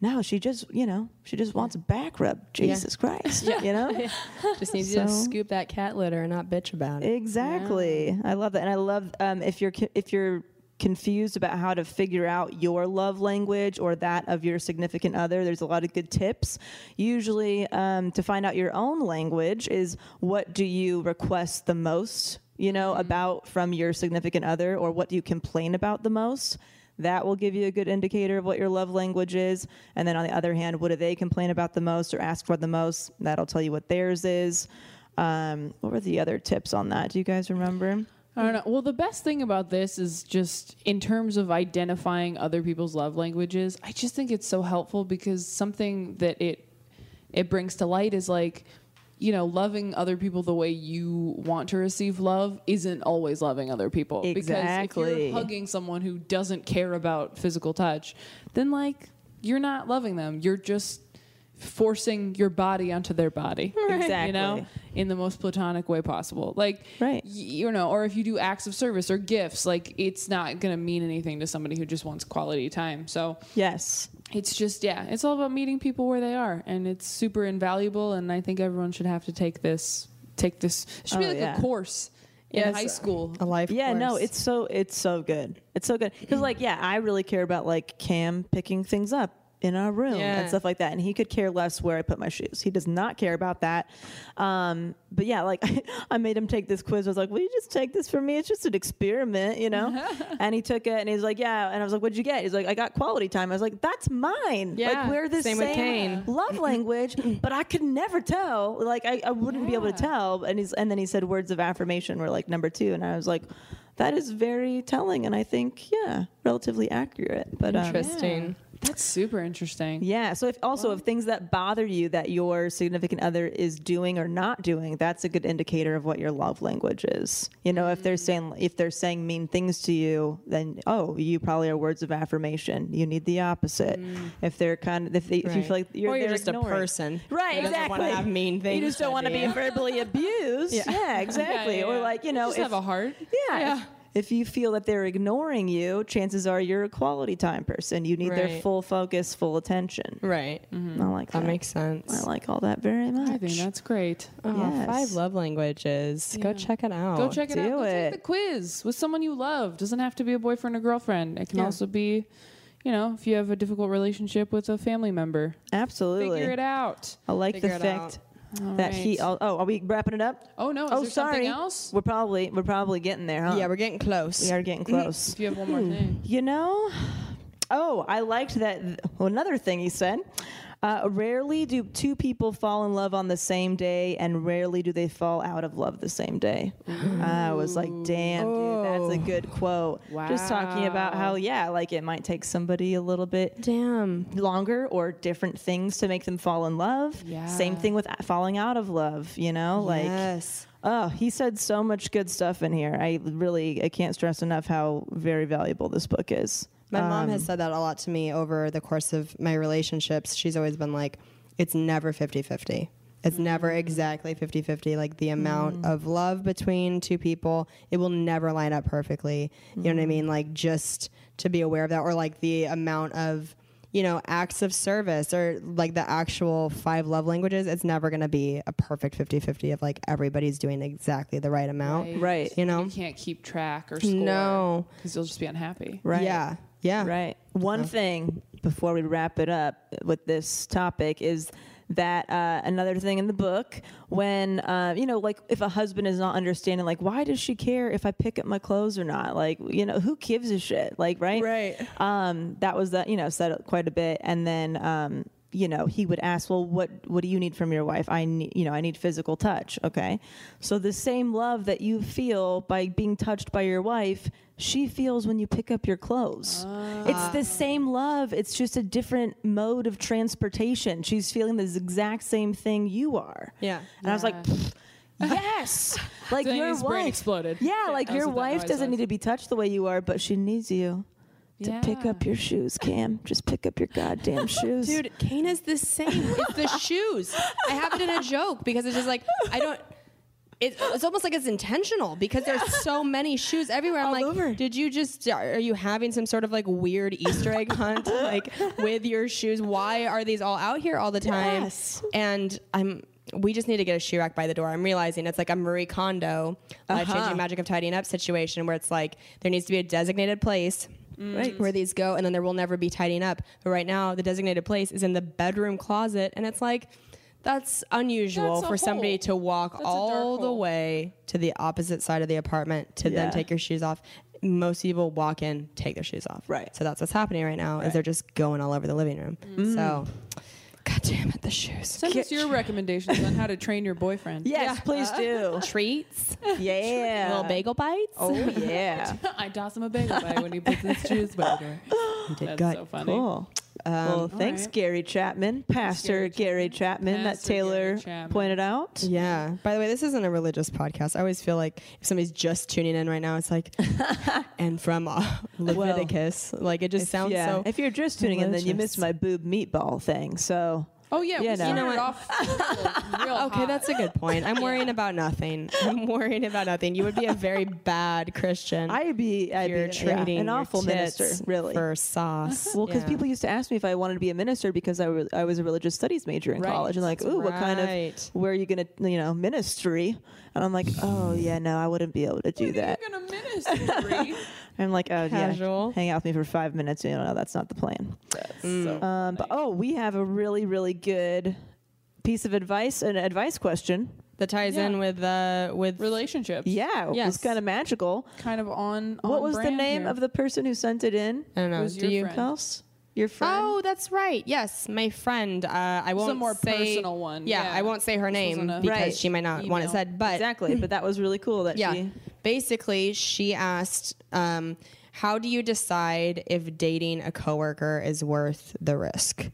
[SPEAKER 1] No, she just, you know, she just wants a back rub. Jesus Christ, you know.
[SPEAKER 2] Just needs you to
[SPEAKER 1] So-
[SPEAKER 2] scoop that cat litter and not bitch about it.
[SPEAKER 1] Exactly. I love that, and I love um, if you're co- if you're confused about how to figure out your love language or that of your significant other. There's a lot of good tips. Usually, um, to find out your own language is what do you request the most, you know, about from your significant other, or what do you complain about the most. That will give you a good indicator of what your love language is. And then on the other hand, what do they complain about the most or ask for the most? That'll tell you what theirs is. Um, what were the other tips on that? Do you guys remember?
[SPEAKER 3] I don't know. Well, the best thing about this is just in terms of identifying other people's love languages. I just think it's so helpful because something that it it brings to light is like, you know, loving other people the way you want to receive love isn't always loving other people. Because if
[SPEAKER 1] Exactly.
[SPEAKER 3] you're hugging someone who doesn't care about physical touch, then like you're not loving them. You're just forcing your body onto their body. You know?
[SPEAKER 1] Exactly.
[SPEAKER 3] in the most platonic way possible. Like,
[SPEAKER 1] Right.
[SPEAKER 3] y- you know, or if you do acts of service or gifts, like it's not going to mean anything to somebody who just wants quality time. So
[SPEAKER 1] Yes.
[SPEAKER 3] it's just, yeah, it's all about meeting people where they are. And it's super invaluable. And I think everyone should have to take this, take this, it should be
[SPEAKER 1] Oh,
[SPEAKER 3] like
[SPEAKER 1] yeah.
[SPEAKER 3] a course in
[SPEAKER 1] Yes.
[SPEAKER 3] high school.
[SPEAKER 2] A life.
[SPEAKER 1] Yeah, no,
[SPEAKER 2] course.
[SPEAKER 1] it's so it's so good. It's so good because like yeah, I really care about like Cam picking things up in our room
[SPEAKER 2] Yeah.
[SPEAKER 1] and stuff like that, and he could care less where I put my shoes. He does not care about that. Um, but yeah, like I made him take this quiz. I was like, "Will you just take this for me? It's just an experiment, you know." and he took it, and he's like, "Yeah," and I was like, "What'd you get?" He's like, "I got quality time." I was like, "That's mine.
[SPEAKER 2] Yeah,
[SPEAKER 1] Like we're the
[SPEAKER 2] same
[SPEAKER 1] same,
[SPEAKER 2] with Kane.
[SPEAKER 1] love language, but I could never tell. Like I, I wouldn't be able to tell. And he's and then he said words of affirmation were like number two, and I was like, that is very telling, and I think yeah, relatively accurate. But um,
[SPEAKER 2] interesting.
[SPEAKER 3] That's super interesting.
[SPEAKER 1] yeah. So if also if things that bother you that your significant other is doing or not doing, that's a good indicator of what your love language is. You know, if they're saying
[SPEAKER 2] Mm.
[SPEAKER 1] if they're saying mean things to you, then oh, you probably are words of affirmation. You need the opposite. If they're kind of if, they, if you
[SPEAKER 2] Mm. Right.
[SPEAKER 1] feel like you're,
[SPEAKER 2] or you're
[SPEAKER 1] they're
[SPEAKER 2] just
[SPEAKER 1] ignoring-
[SPEAKER 2] a person.
[SPEAKER 1] Right,
[SPEAKER 2] You Doesn't want
[SPEAKER 1] exactly.
[SPEAKER 2] to have mean things.
[SPEAKER 1] You just don't want to be
[SPEAKER 2] you.
[SPEAKER 1] verbally abused. Yeah, exactly.
[SPEAKER 3] yeah,
[SPEAKER 1] Or
[SPEAKER 3] yeah.
[SPEAKER 1] like you know,
[SPEAKER 3] Just
[SPEAKER 1] if,
[SPEAKER 3] have a heart.
[SPEAKER 1] yeah. If, if you feel that they're ignoring you, chances are you're a quality time person. You need their
[SPEAKER 2] Right.
[SPEAKER 1] full focus, full attention.
[SPEAKER 2] Right.
[SPEAKER 1] I like that.
[SPEAKER 2] That makes sense.
[SPEAKER 1] I like all that very much.
[SPEAKER 3] I think that's great.
[SPEAKER 2] Oh,
[SPEAKER 1] uh, Yes.
[SPEAKER 2] Five love languages. Go check it out.
[SPEAKER 3] Go check it out.
[SPEAKER 1] Oh, do
[SPEAKER 3] Go
[SPEAKER 1] it.
[SPEAKER 3] take the quiz with someone you love. Doesn't have to be a boyfriend or girlfriend. It can also be, you know, if you have a difficult relationship with a family member.
[SPEAKER 1] Absolutely.
[SPEAKER 3] Figure it out.
[SPEAKER 1] I like
[SPEAKER 2] Figure
[SPEAKER 1] the
[SPEAKER 2] it
[SPEAKER 1] fact that he. Oh, oh, are we wrapping it up?
[SPEAKER 3] Oh no! Is
[SPEAKER 1] oh,
[SPEAKER 3] there
[SPEAKER 1] sorry.
[SPEAKER 3] something else?
[SPEAKER 1] We're probably we're probably getting there, huh?
[SPEAKER 2] Yeah, we're getting close. Mm-hmm.
[SPEAKER 1] we are getting close.
[SPEAKER 3] If you have one
[SPEAKER 1] Hmm.
[SPEAKER 3] more thing,
[SPEAKER 1] You know, oh, I liked that. Well, another thing he said uh, rarely do two people fall in love on the same day, and rarely do they fall out of love the same day. I was like, damn, dude, that's a good quote. Just talking about how, yeah, like it might take somebody a little bit
[SPEAKER 2] Damn.
[SPEAKER 1] longer or different things to make them fall in love. Same thing with a- falling out of love, you know? Like,
[SPEAKER 2] yes.
[SPEAKER 1] Oh, he said so much good stuff in here. I really I can't stress enough how very valuable this book is.
[SPEAKER 2] My mom
[SPEAKER 1] Um,
[SPEAKER 2] has said that a lot to me over the course of my relationships. She's always been like, it's never 50 50. It's never
[SPEAKER 1] Mm.
[SPEAKER 2] exactly 50 50. Like the amount of love between two people, it will never line up perfectly. You know what I
[SPEAKER 1] Mm.
[SPEAKER 2] mean? Like just to be aware of that, or like the amount of, you know, acts of service or like the actual five love languages, it's never going to be a perfect 50 50 of like everybody's doing exactly the right amount.
[SPEAKER 1] Right.
[SPEAKER 2] You know?
[SPEAKER 3] you can't keep track or score.
[SPEAKER 2] No.
[SPEAKER 3] because you'll just be unhappy.
[SPEAKER 1] Right.
[SPEAKER 2] Yeah. Yeah.
[SPEAKER 1] Right. One thing before we wrap it up with this topic is that uh, another thing in the book when uh, you know like if a husband is not understanding like why does she care if i pick up my clothes or not like you know who gives a shit like right
[SPEAKER 2] Right.
[SPEAKER 1] um that was that you know said quite a bit and then um you know he would ask well what what do you need from your wife i need you know i need physical touch okay so the same love that you feel by being touched by your wife she feels when you pick up your clothes
[SPEAKER 3] Ah.
[SPEAKER 1] it's the same love it's just a different mode of transportation she's feeling this exact same thing you are
[SPEAKER 2] Yeah.
[SPEAKER 1] and i was like "Pfft, yes like
[SPEAKER 3] Then
[SPEAKER 1] your
[SPEAKER 3] his brain
[SPEAKER 1] wife
[SPEAKER 3] exploded.
[SPEAKER 1] yeah like
[SPEAKER 3] That's
[SPEAKER 1] your
[SPEAKER 3] what that
[SPEAKER 1] wife
[SPEAKER 3] noise
[SPEAKER 1] doesn't
[SPEAKER 3] was.
[SPEAKER 1] need to be touched the way you are but she needs you to pick up your shoes, Cam. Just pick up your goddamn shoes.
[SPEAKER 2] Dude, Kane is the same. It's the shoes. I have it in a joke because it's just like I don't. It, it's almost like it's intentional because there's so many shoes everywhere. I'm like, did you just are you having some sort of like weird Easter egg hunt like with your shoes? Why are these all out here all the time?
[SPEAKER 1] Yes.
[SPEAKER 2] And I'm we just need to get a shoe rack by the door. I'm realizing it's like a Marie Kondo life
[SPEAKER 1] Uh-huh.
[SPEAKER 2] changing magic of tidying up situation where it's like there needs to be a designated place
[SPEAKER 1] Right.
[SPEAKER 2] where these go and then there will never be tidying up. But right now the designated place is in the bedroom closet and it's like that's unusual
[SPEAKER 9] That's a
[SPEAKER 2] for somebody
[SPEAKER 9] hole.
[SPEAKER 2] to walk
[SPEAKER 9] That's a
[SPEAKER 2] all
[SPEAKER 9] dark
[SPEAKER 2] the
[SPEAKER 9] hole.
[SPEAKER 2] way to the opposite side of the apartment to
[SPEAKER 9] Yeah.
[SPEAKER 2] then take your shoes off. Most people walk in, take their shoes off. Right. So that's what's happening right now is they're just going all over the living room.
[SPEAKER 3] Mm.
[SPEAKER 2] So God damn it, the shoes.
[SPEAKER 3] Send us your recommendations on how to train your boyfriend.
[SPEAKER 2] Yes,
[SPEAKER 1] please do.
[SPEAKER 2] Treats.
[SPEAKER 1] Yeah.
[SPEAKER 3] Little bagel
[SPEAKER 2] bites.
[SPEAKER 1] Oh yeah.
[SPEAKER 3] I toss him a bagel bite when he puts his shoes back. That's
[SPEAKER 1] Got-
[SPEAKER 3] so funny.
[SPEAKER 1] Cool. Um, well, thanks,
[SPEAKER 3] right.
[SPEAKER 1] Gary Chapman, Pastor Gary Chapman, that
[SPEAKER 3] Pastor Gary
[SPEAKER 1] Taylor
[SPEAKER 3] Chapman.
[SPEAKER 1] pointed out.
[SPEAKER 2] Yeah. By the way, this isn't a religious podcast. I always feel like if somebody's just tuning in right now, it's like, and from uh, Leviticus. like, it just
[SPEAKER 1] If-
[SPEAKER 2] sounds
[SPEAKER 1] yeah,
[SPEAKER 2] so.
[SPEAKER 1] If you're just tuning in, then you missed
[SPEAKER 2] religious.
[SPEAKER 1] my boob meatball thing. So.
[SPEAKER 3] Oh yeah,
[SPEAKER 1] You
[SPEAKER 3] we
[SPEAKER 1] know.
[SPEAKER 3] started
[SPEAKER 1] You know what?
[SPEAKER 3] off real, real
[SPEAKER 2] Okay,
[SPEAKER 3] hot.
[SPEAKER 2] that's a good point. I'm worrying about nothing. I'm worrying about nothing. You would be a very bad Christian.
[SPEAKER 1] I'd be, I'd
[SPEAKER 2] You're
[SPEAKER 1] be
[SPEAKER 2] trading
[SPEAKER 1] yeah, an
[SPEAKER 2] your
[SPEAKER 1] awful
[SPEAKER 2] tits
[SPEAKER 1] minister, really.
[SPEAKER 2] for sauce.
[SPEAKER 1] Well, because
[SPEAKER 2] Yeah.
[SPEAKER 1] people used to ask me if I wanted to be a minister because I, re- I was a religious studies major in
[SPEAKER 2] Right.
[SPEAKER 1] college, and like, ooh, what kind
[SPEAKER 2] Right.
[SPEAKER 1] of where are you gonna, you know, ministry? And I'm like, oh yeah, no, I wouldn't be able to do that.
[SPEAKER 3] You're gonna ministry.
[SPEAKER 1] I'm like, oh
[SPEAKER 2] Casual. Mm.
[SPEAKER 1] yeah, hang out with me for five minutes. You know, that's not the plan.
[SPEAKER 3] That's so
[SPEAKER 1] Um, but oh, we have a really, really good piece of advice, an advice question.
[SPEAKER 2] that ties in with uh, with
[SPEAKER 3] relationships.
[SPEAKER 1] Yeah, it was
[SPEAKER 2] Yes.
[SPEAKER 1] kind of magical.
[SPEAKER 3] Kind of on.
[SPEAKER 1] what
[SPEAKER 3] on
[SPEAKER 1] was the
[SPEAKER 3] brand
[SPEAKER 1] name
[SPEAKER 3] here.
[SPEAKER 1] of the person who sent it in?
[SPEAKER 2] I don't know.
[SPEAKER 3] Who's
[SPEAKER 2] do
[SPEAKER 3] your
[SPEAKER 2] you?
[SPEAKER 3] friend?
[SPEAKER 1] Else, your friend.
[SPEAKER 2] Oh, that's right. Yes, my friend. Uh, I won't
[SPEAKER 3] more
[SPEAKER 2] say,
[SPEAKER 3] personal one.
[SPEAKER 2] Yeah,
[SPEAKER 3] Yeah.
[SPEAKER 2] I won't say her name
[SPEAKER 3] wasn't a
[SPEAKER 2] because
[SPEAKER 1] Right.
[SPEAKER 2] she might not want it
[SPEAKER 3] email.
[SPEAKER 2] said. But
[SPEAKER 1] exactly. But that was really cool that
[SPEAKER 2] yeah,
[SPEAKER 1] she.
[SPEAKER 2] basically, she asked, um, "How do you decide if dating a coworker is worth the risk?"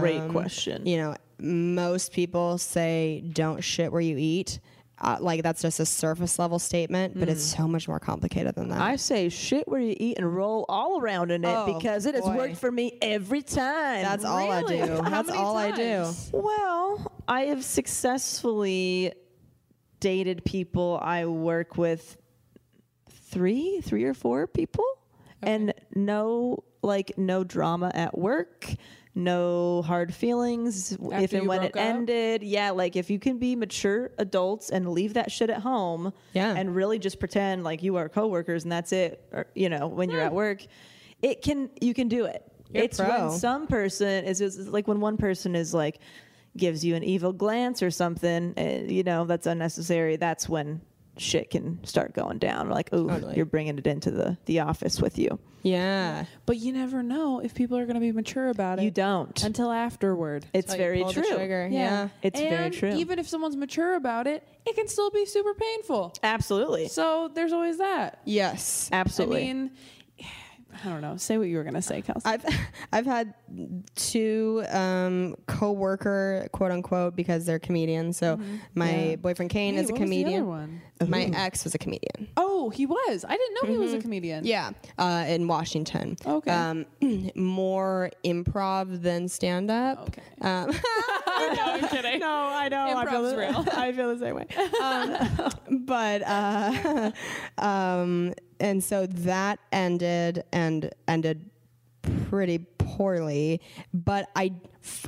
[SPEAKER 1] Great
[SPEAKER 2] Um,
[SPEAKER 1] question.
[SPEAKER 2] You know, most people say, "Don't shit where you eat." Uh, like that's just a surface level statement, but
[SPEAKER 3] Mm.
[SPEAKER 2] it's so much more complicated than that.
[SPEAKER 1] I say shit where you eat and roll all around in it
[SPEAKER 2] Oh,
[SPEAKER 1] because it has
[SPEAKER 2] boy.
[SPEAKER 1] worked for me every time.
[SPEAKER 2] that's all I do. That's all I do.
[SPEAKER 1] Well, I have successfully dated people I work with three, three or four people and no like no drama at work, no hard feelings w- if
[SPEAKER 3] After
[SPEAKER 1] and
[SPEAKER 3] you
[SPEAKER 1] when it
[SPEAKER 3] broke up?
[SPEAKER 1] ended. Yeah, like if you can be mature adults and leave that shit at home
[SPEAKER 2] Yeah.
[SPEAKER 1] and really just pretend like you are coworkers and that's it or you know, when you're at work, it can you can do it.
[SPEAKER 2] You're
[SPEAKER 1] it's
[SPEAKER 2] pro.
[SPEAKER 1] when some person is is like when one person is like gives you an evil glance or something, uh, you know, that's unnecessary. That's when shit can start going down. Like, oh,
[SPEAKER 2] Totally.
[SPEAKER 1] you're bringing it into the the office with you.
[SPEAKER 2] Yeah.
[SPEAKER 3] But you never know if people are gonna be mature about it.
[SPEAKER 1] You don't.
[SPEAKER 3] until afterward.
[SPEAKER 1] It's
[SPEAKER 2] you
[SPEAKER 1] very
[SPEAKER 2] pull the
[SPEAKER 1] true.
[SPEAKER 2] trigger. Yeah.
[SPEAKER 1] It's
[SPEAKER 3] and
[SPEAKER 1] very true.
[SPEAKER 3] Even if someone's mature about it, it can still be super painful.
[SPEAKER 1] Absolutely.
[SPEAKER 3] So there's always that.
[SPEAKER 2] Yes.
[SPEAKER 1] Absolutely.
[SPEAKER 3] I mean, I don't know. Say what you were gonna say, Kelsey.
[SPEAKER 2] I've I've had two um, co-worker quote unquote because they're comedians. So my boyfriend Kane
[SPEAKER 3] Mm-hmm. Hey,
[SPEAKER 2] is a
[SPEAKER 3] what was the other
[SPEAKER 2] comedian.
[SPEAKER 3] one?
[SPEAKER 2] My ex was a comedian.
[SPEAKER 3] oh, he was. I didn't know he was a comedian.
[SPEAKER 2] Yeah, uh, in Washington.
[SPEAKER 3] Okay.
[SPEAKER 2] Um, more improv than stand up.
[SPEAKER 3] Okay.
[SPEAKER 2] Um,
[SPEAKER 3] I'm kidding.
[SPEAKER 2] no, I know. I feel,
[SPEAKER 3] Improv's
[SPEAKER 2] the,
[SPEAKER 3] real.
[SPEAKER 2] I feel the same way. Um, but uh, um, and so that ended and ended pretty poorly. But I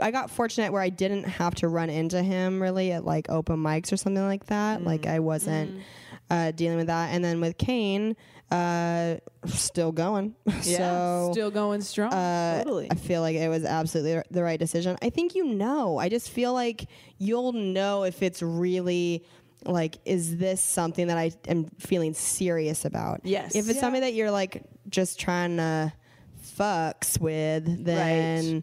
[SPEAKER 2] I got fortunate where I didn't have to run into him really at like open mics or something like that. Like I wasn't. Uh, dealing with that, and then with Kane, uh, still going. so Uh,
[SPEAKER 3] Still going strong.
[SPEAKER 1] totally.
[SPEAKER 2] I feel like it was absolutely the right decision. I think you know. I just feel like you'll know if it's really like is this something that I am feeling serious about?
[SPEAKER 1] Yes.
[SPEAKER 2] If it's something that you're like just trying to fucks with, then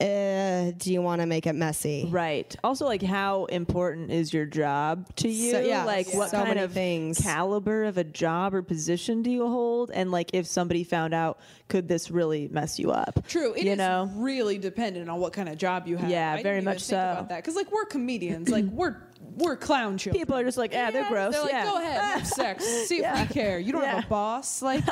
[SPEAKER 2] uh, do you want to make it messy?
[SPEAKER 1] Right. Also, like, how important is your job to you?
[SPEAKER 2] So- yeah,
[SPEAKER 1] like, what
[SPEAKER 2] so
[SPEAKER 1] kind
[SPEAKER 2] many
[SPEAKER 1] of
[SPEAKER 2] things.
[SPEAKER 1] caliber of a job or position do you hold? And like, if somebody found out, could this really mess you up?
[SPEAKER 3] True. It is
[SPEAKER 1] you know.
[SPEAKER 3] really dependent on what kind of job you have.
[SPEAKER 1] Yeah,
[SPEAKER 3] I didn't
[SPEAKER 1] very
[SPEAKER 3] even
[SPEAKER 1] much
[SPEAKER 3] think
[SPEAKER 1] so.
[SPEAKER 3] About that, because like we're comedians, like we're we're clown children.
[SPEAKER 1] People are just like, yeah, they're gross.
[SPEAKER 3] They're like,
[SPEAKER 1] yeah. Ah.
[SPEAKER 3] go ahead, have sex, see if
[SPEAKER 1] Yeah.
[SPEAKER 3] we care. You don't have
[SPEAKER 1] Yeah.
[SPEAKER 3] a boss, like,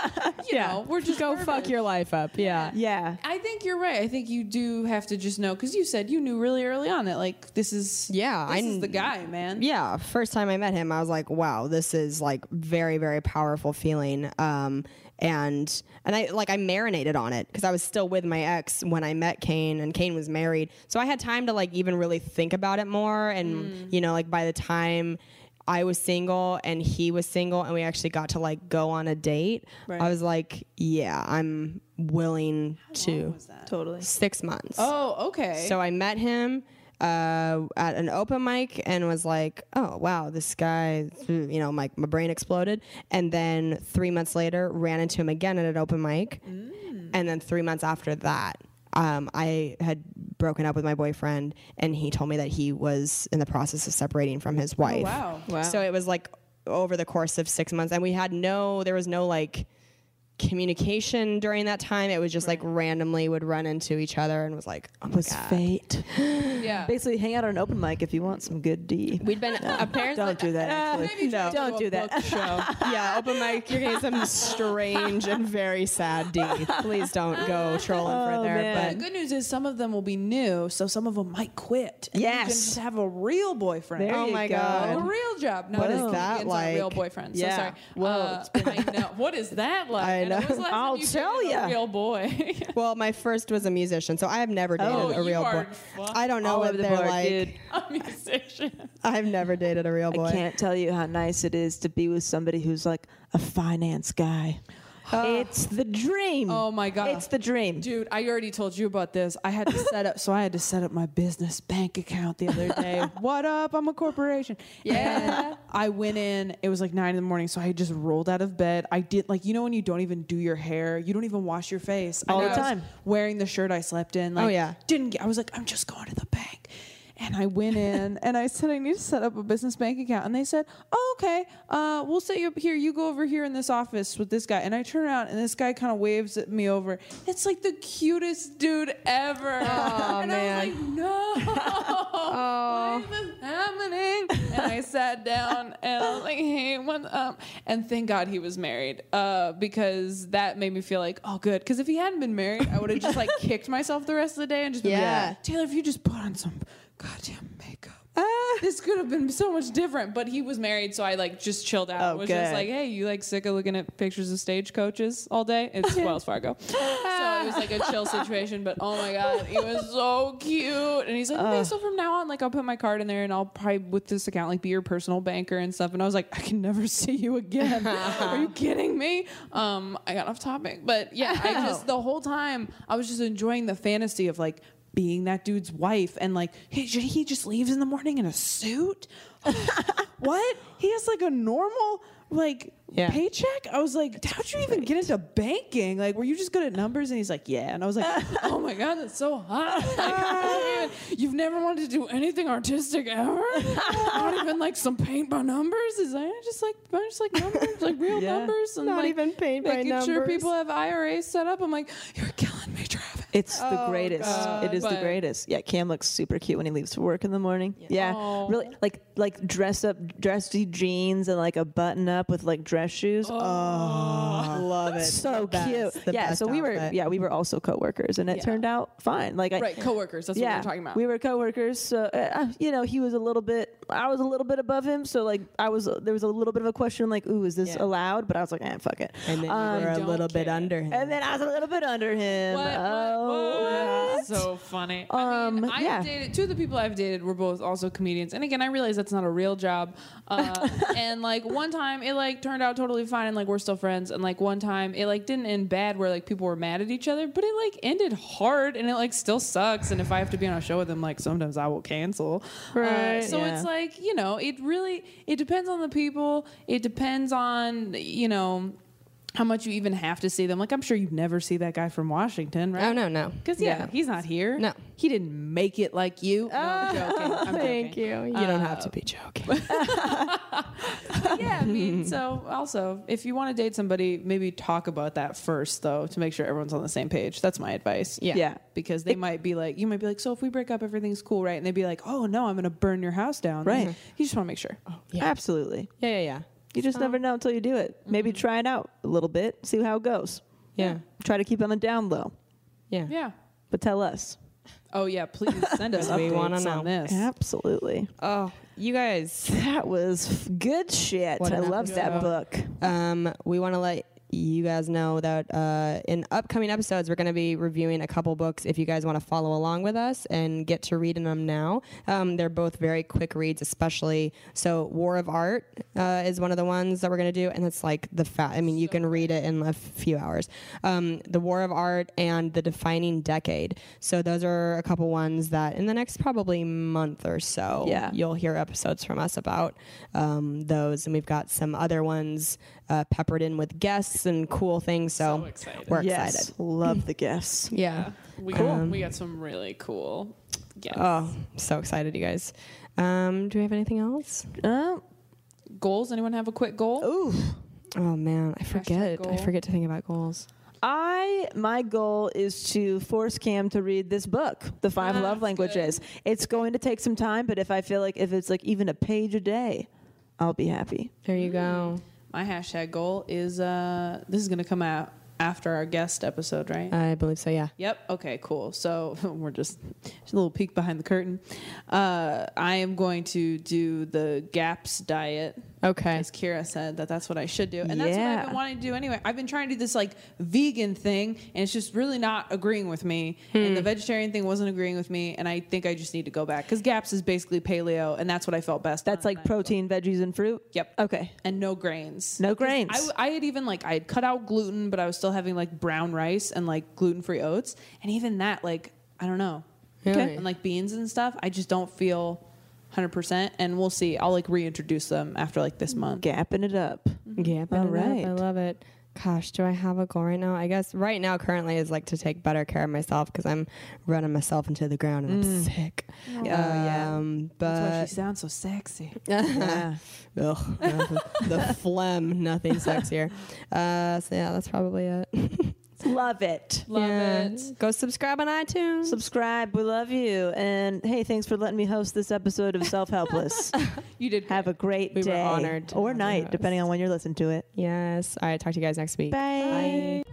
[SPEAKER 3] you know, we're just
[SPEAKER 1] Go
[SPEAKER 3] garbage.
[SPEAKER 1] fuck your
[SPEAKER 2] life up. Yeah.
[SPEAKER 1] Yeah.
[SPEAKER 3] I think you're right. I think you do have to just know because you said you knew really early on that like this is
[SPEAKER 2] yeah,
[SPEAKER 3] this
[SPEAKER 2] I
[SPEAKER 3] is the
[SPEAKER 2] kn-
[SPEAKER 3] guy, man.
[SPEAKER 2] Yeah, first time I met him, I was like, wow, this is like very, very powerful feeling. Um, and and I like I marinated on it because I was still with my ex when I met Kane, and Kane was married, so I had time to like even really think about it more. And you know, like by the time I was single and he was single, and we actually got to like go on a date,
[SPEAKER 1] Right.
[SPEAKER 2] I was like, yeah, I'm willing to.
[SPEAKER 1] Totally.
[SPEAKER 2] Six months.
[SPEAKER 3] Oh, okay.
[SPEAKER 2] So I met him uh, at an open mic and was like, oh, wow, this guy, hmm, you know, my, my brain exploded. And then three months later, ran into him again at an open mic.
[SPEAKER 3] Mm.
[SPEAKER 2] And then three months after that, um, I had broken up with my boyfriend, and he told me that he was in the process of separating from his
[SPEAKER 3] Oh,
[SPEAKER 2] wife.
[SPEAKER 3] wow. Wow.
[SPEAKER 2] So it was like over the course of six months, and we had no, there was no like, communication during that time. It was just like randomly would run into each other and was like, oh my
[SPEAKER 1] was
[SPEAKER 2] God.
[SPEAKER 1] fate.
[SPEAKER 3] yeah.
[SPEAKER 1] Basically, hang out at an open mic if you want some good D. uh,
[SPEAKER 2] We'd been apparently
[SPEAKER 1] Don't do that. Actually.
[SPEAKER 3] Maybe
[SPEAKER 1] no,
[SPEAKER 3] just
[SPEAKER 1] don't
[SPEAKER 3] a
[SPEAKER 1] do
[SPEAKER 3] book
[SPEAKER 1] that.
[SPEAKER 3] show.
[SPEAKER 2] yeah, open mic. You're getting some strange and very sad D. Please don't go trolling further.
[SPEAKER 1] Oh, man.
[SPEAKER 3] the good news is some of them will be new, so some of them might quit. And You
[SPEAKER 1] Yes.
[SPEAKER 3] can just have a real boyfriend.
[SPEAKER 1] There
[SPEAKER 2] Oh
[SPEAKER 1] you
[SPEAKER 2] my
[SPEAKER 1] go.
[SPEAKER 2] God.
[SPEAKER 3] A real job. Not
[SPEAKER 2] What
[SPEAKER 3] as
[SPEAKER 2] is that
[SPEAKER 3] anti- Real
[SPEAKER 2] like?
[SPEAKER 3] boyfriend.
[SPEAKER 1] Yeah.
[SPEAKER 3] So sorry.
[SPEAKER 1] Whoa,
[SPEAKER 3] Uh,
[SPEAKER 1] it's
[SPEAKER 3] I know. What is that like?
[SPEAKER 2] I
[SPEAKER 3] And
[SPEAKER 2] know.
[SPEAKER 3] when was the last time
[SPEAKER 1] I'll
[SPEAKER 3] you
[SPEAKER 1] tell
[SPEAKER 3] dated a
[SPEAKER 1] ya.
[SPEAKER 3] Real boy.
[SPEAKER 2] But well, my first was a musician, so I have never dated
[SPEAKER 3] Oh,
[SPEAKER 2] a
[SPEAKER 3] you
[SPEAKER 2] real
[SPEAKER 3] are
[SPEAKER 2] boy.
[SPEAKER 3] fucked
[SPEAKER 2] I don't know
[SPEAKER 1] all
[SPEAKER 2] what
[SPEAKER 1] over the
[SPEAKER 2] they're
[SPEAKER 1] board,
[SPEAKER 2] like.
[SPEAKER 1] dude.
[SPEAKER 3] a musician.
[SPEAKER 2] I've never dated a real boy.
[SPEAKER 1] I can't tell you how nice it is to be with somebody who's like a finance guy. it's the dream.
[SPEAKER 3] Oh my God.
[SPEAKER 1] It's the dream.
[SPEAKER 3] Dude, I already told you about this. I had to set up, so I had to set up my business bank account the other day. what up? I'm a corporation. Yeah. I went in. It was like nine in the morning, so I just rolled out of bed. I did like you know when you don't even do your hair, you don't even wash your face. I
[SPEAKER 1] All the
[SPEAKER 3] know I was
[SPEAKER 1] time.
[SPEAKER 3] wearing the shirt I slept in. Like,
[SPEAKER 2] Oh, yeah.
[SPEAKER 3] Didn't get. I was like, I'm just going to the bank. And I went in and I said, I need to set up a business bank account. And they said, oh, okay, uh, we'll set you up here. You go over here in this office with this guy. And I turn around and this guy kind of waves at me over. It's like the cutest dude ever. Oh, and I was like, no. Why is this happening? And I sat down and I was like, hey, what's up? And thank God he was married uh, because that made me feel like, oh, good. Because if he hadn't been married, I would have just like kicked myself the rest of the day and just been
[SPEAKER 2] Yeah.
[SPEAKER 3] like, Taylor, if you just put on some goddamn makeup,
[SPEAKER 1] Ah.
[SPEAKER 3] this could have been so much different. But he was married, so I like just chilled out.
[SPEAKER 1] Oh,
[SPEAKER 3] was just
[SPEAKER 1] good.
[SPEAKER 3] like, hey, you like sick of looking at pictures of stage coaches all day? It's Wells Fargo. so it was like a chill situation. But oh my god, he was so cute. And he's like, okay, so from now on, like I'll put my card in there and I'll probably with this account like be your personal banker and stuff. And I was like, I can never see you again. Are you kidding me? Um, I got off topic, but yeah, I just the whole time I was just enjoying the fantasy of like being that dude's wife and like hey, j- he just leaves in the morning in a suit what he has like a normal like
[SPEAKER 2] Yeah.
[SPEAKER 3] paycheck i was like how'd you even get into banking like were you just good at numbers and he's like yeah and i was like oh my god that's so hot Like, man, you've never wanted to do anything artistic ever not even like some paint by numbers is i just like i just like numbers like real
[SPEAKER 1] Yeah.
[SPEAKER 3] numbers and
[SPEAKER 2] Not
[SPEAKER 3] like,
[SPEAKER 2] even paint by
[SPEAKER 3] making sure
[SPEAKER 2] numbers.
[SPEAKER 3] people have iras set up i'm like you're killing me travis
[SPEAKER 1] It's the greatest. it is the
[SPEAKER 3] But-
[SPEAKER 1] greatest. Yeah, Cam looks super cute when he leaves for work in the morning. Yeah,
[SPEAKER 3] Oh.
[SPEAKER 1] really like like dress up, dressy jeans and like a button up with like dress shoes. Oh, love it. So cute.
[SPEAKER 2] the
[SPEAKER 1] yeah.
[SPEAKER 2] best
[SPEAKER 1] So we were
[SPEAKER 2] outfit.
[SPEAKER 1] yeah we were also coworkers and it turned out fine. Like I,
[SPEAKER 3] right coworkers that's what we're talking about
[SPEAKER 1] we were coworkers, so uh, uh, you know he was a little bit. I was a little bit above him, so like I was. There was a little bit of a question, like, "Ooh, is this allowed?" But I was like, "Eh, fuck it."
[SPEAKER 2] And then you were a
[SPEAKER 3] don't
[SPEAKER 2] little bit
[SPEAKER 3] care.
[SPEAKER 2] under him.
[SPEAKER 1] And then I was a little bit under him.
[SPEAKER 3] What? What?
[SPEAKER 1] oh,
[SPEAKER 3] What? So funny. I
[SPEAKER 1] Um,
[SPEAKER 3] mean, I've
[SPEAKER 1] yeah.
[SPEAKER 3] dated two of the people I've dated were both also comedians, and again, I realize that's not a real job. Uh, and like one time, it like turned out totally fine, and like we're still friends. And like one time, it like didn't end bad, where like people were mad at each other, but it like ended hard, and it like still sucks. And if I have to be on a show with them, like sometimes I will cancel. Right. so
[SPEAKER 1] Yeah.
[SPEAKER 3] it's like you know, it really it depends on the people. It depends on you know how much you even have to see them. Like, I'm sure you never see that guy from Washington, right?
[SPEAKER 10] Oh, no, no.
[SPEAKER 3] Because, yeah,
[SPEAKER 10] No.
[SPEAKER 3] he's not here.
[SPEAKER 10] No.
[SPEAKER 3] He didn't make it like you. No, I'm joking. I'm
[SPEAKER 10] Thank
[SPEAKER 3] joking.
[SPEAKER 10] you. You don't have to be joking.
[SPEAKER 3] yeah, I mean, so also, if you want to date somebody, maybe talk about that first, though, to make sure everyone's on the same page. That's my advice.
[SPEAKER 1] Yeah.
[SPEAKER 3] Yeah. Because they might be like, you might be like, so if we break up, everything's cool, right? And they'd be like, oh, no, I'm going to burn your house down.
[SPEAKER 1] Right.
[SPEAKER 3] Mhm. You just want to make sure.
[SPEAKER 1] Absolutely.
[SPEAKER 2] Yeah, yeah, yeah.
[SPEAKER 1] You just never know until you do it.
[SPEAKER 3] Mm-hmm.
[SPEAKER 1] Maybe try it out a little bit, see how it goes.
[SPEAKER 2] Yeah.
[SPEAKER 1] Try to keep on the down low,
[SPEAKER 2] Yeah.
[SPEAKER 3] Yeah.
[SPEAKER 1] but tell us.
[SPEAKER 3] Oh, yeah. Please send us
[SPEAKER 2] We
[SPEAKER 3] updates
[SPEAKER 2] wanna
[SPEAKER 3] on
[SPEAKER 2] know.
[SPEAKER 3] this.
[SPEAKER 1] Absolutely.
[SPEAKER 2] Oh, you guys.
[SPEAKER 1] That was f- good shit.
[SPEAKER 2] What
[SPEAKER 1] I
[SPEAKER 2] an
[SPEAKER 1] love that book.
[SPEAKER 2] Um, we want to let you guys know that uh, in upcoming episodes, we're going to be reviewing a couple books if you guys want to follow along with us and get to reading them now. Um, they're both very quick reads, especially. So, War of Art uh, is one of the ones that we're going to do, and it's like the fat. I mean, you can read it in a few hours. Um, the War of Art and The Defining Decade. So, those are a couple ones that in the next probably month or so,
[SPEAKER 1] Yeah.
[SPEAKER 2] you'll hear episodes from us about um, those, and we've got some other ones uh, peppered in with guests and cool things. So, we're
[SPEAKER 1] yes.
[SPEAKER 2] excited.
[SPEAKER 1] Love the guests.
[SPEAKER 2] Yeah.
[SPEAKER 3] We,
[SPEAKER 2] Cool.
[SPEAKER 3] we got some really cool. Yeah.
[SPEAKER 2] Um, Oh, so excited, you guys. Um, do we have anything else?
[SPEAKER 1] Uh,
[SPEAKER 3] goals. Anyone have a quick goal?
[SPEAKER 1] ooh.
[SPEAKER 2] Oh man, I forget. I
[SPEAKER 3] goal.
[SPEAKER 2] forget to think about goals.
[SPEAKER 1] I my goal is to force Cam to read this book, The Five Love Languages. It's going to take some time, but if I feel like if it's like even a page a day, I'll be happy.
[SPEAKER 2] There you go.
[SPEAKER 3] My hashtag goal is uh this is gonna come out after our guest episode, right?
[SPEAKER 2] I believe so. Yeah.
[SPEAKER 3] Yep. Okay, cool. So we're just, just a little peek behind the curtain. Uh, I am going to do the GAPS diet.
[SPEAKER 2] Okay.
[SPEAKER 3] As Kira said, that that's what I should do. And that's what I've
[SPEAKER 1] Yeah.
[SPEAKER 3] been wanting to do anyway. I've been trying to do this like vegan thing, and it's just really not agreeing with me. And
[SPEAKER 1] Hmm.
[SPEAKER 3] the vegetarian thing wasn't agreeing with me. And I think I just need to go back because GAPS is basically paleo, and that's what I felt best.
[SPEAKER 1] That's
[SPEAKER 3] on.
[SPEAKER 1] like protein, veggies, and fruit.
[SPEAKER 3] Yep.
[SPEAKER 1] Okay.
[SPEAKER 3] And no grains.
[SPEAKER 1] No
[SPEAKER 3] 'Cause
[SPEAKER 1] grains.
[SPEAKER 3] I, w- I had even like I had cut out gluten, but I was still having like brown rice and like gluten free oats, and even that like I don't know.
[SPEAKER 2] Really?
[SPEAKER 3] And like beans and stuff, I just don't feel. Hundred percent, and we'll see. I'll like reintroduce them after like this month.
[SPEAKER 1] Gapping it up.
[SPEAKER 2] Yeah,
[SPEAKER 1] All
[SPEAKER 2] all right.
[SPEAKER 1] right.
[SPEAKER 2] I love it. Gosh, do I have a goal right now? I guess right now currently is like to take better care of myself because I'm running myself into the ground and I'm sick. Oh,
[SPEAKER 1] yeah.
[SPEAKER 2] Um,
[SPEAKER 3] That's why
[SPEAKER 2] but
[SPEAKER 3] she sounds so sexy.
[SPEAKER 1] Yeah.
[SPEAKER 2] Ugh, nothing- the phlegm, nothing sexier. Uh, so yeah, that's probably it.
[SPEAKER 1] love it.
[SPEAKER 3] Love
[SPEAKER 2] Yeah.
[SPEAKER 3] it.
[SPEAKER 2] Go subscribe on iTunes.
[SPEAKER 1] Subscribe. We love you. And hey, thanks for letting me host this episode of Self Helpless.
[SPEAKER 3] You did.
[SPEAKER 1] Have a great
[SPEAKER 2] We were
[SPEAKER 1] day
[SPEAKER 2] honored to
[SPEAKER 1] or
[SPEAKER 2] have you
[SPEAKER 1] night,
[SPEAKER 2] host.
[SPEAKER 1] depending on when you're listening to it.
[SPEAKER 2] yes. All right. Talk to you guys next week.
[SPEAKER 1] Bye.
[SPEAKER 2] Bye.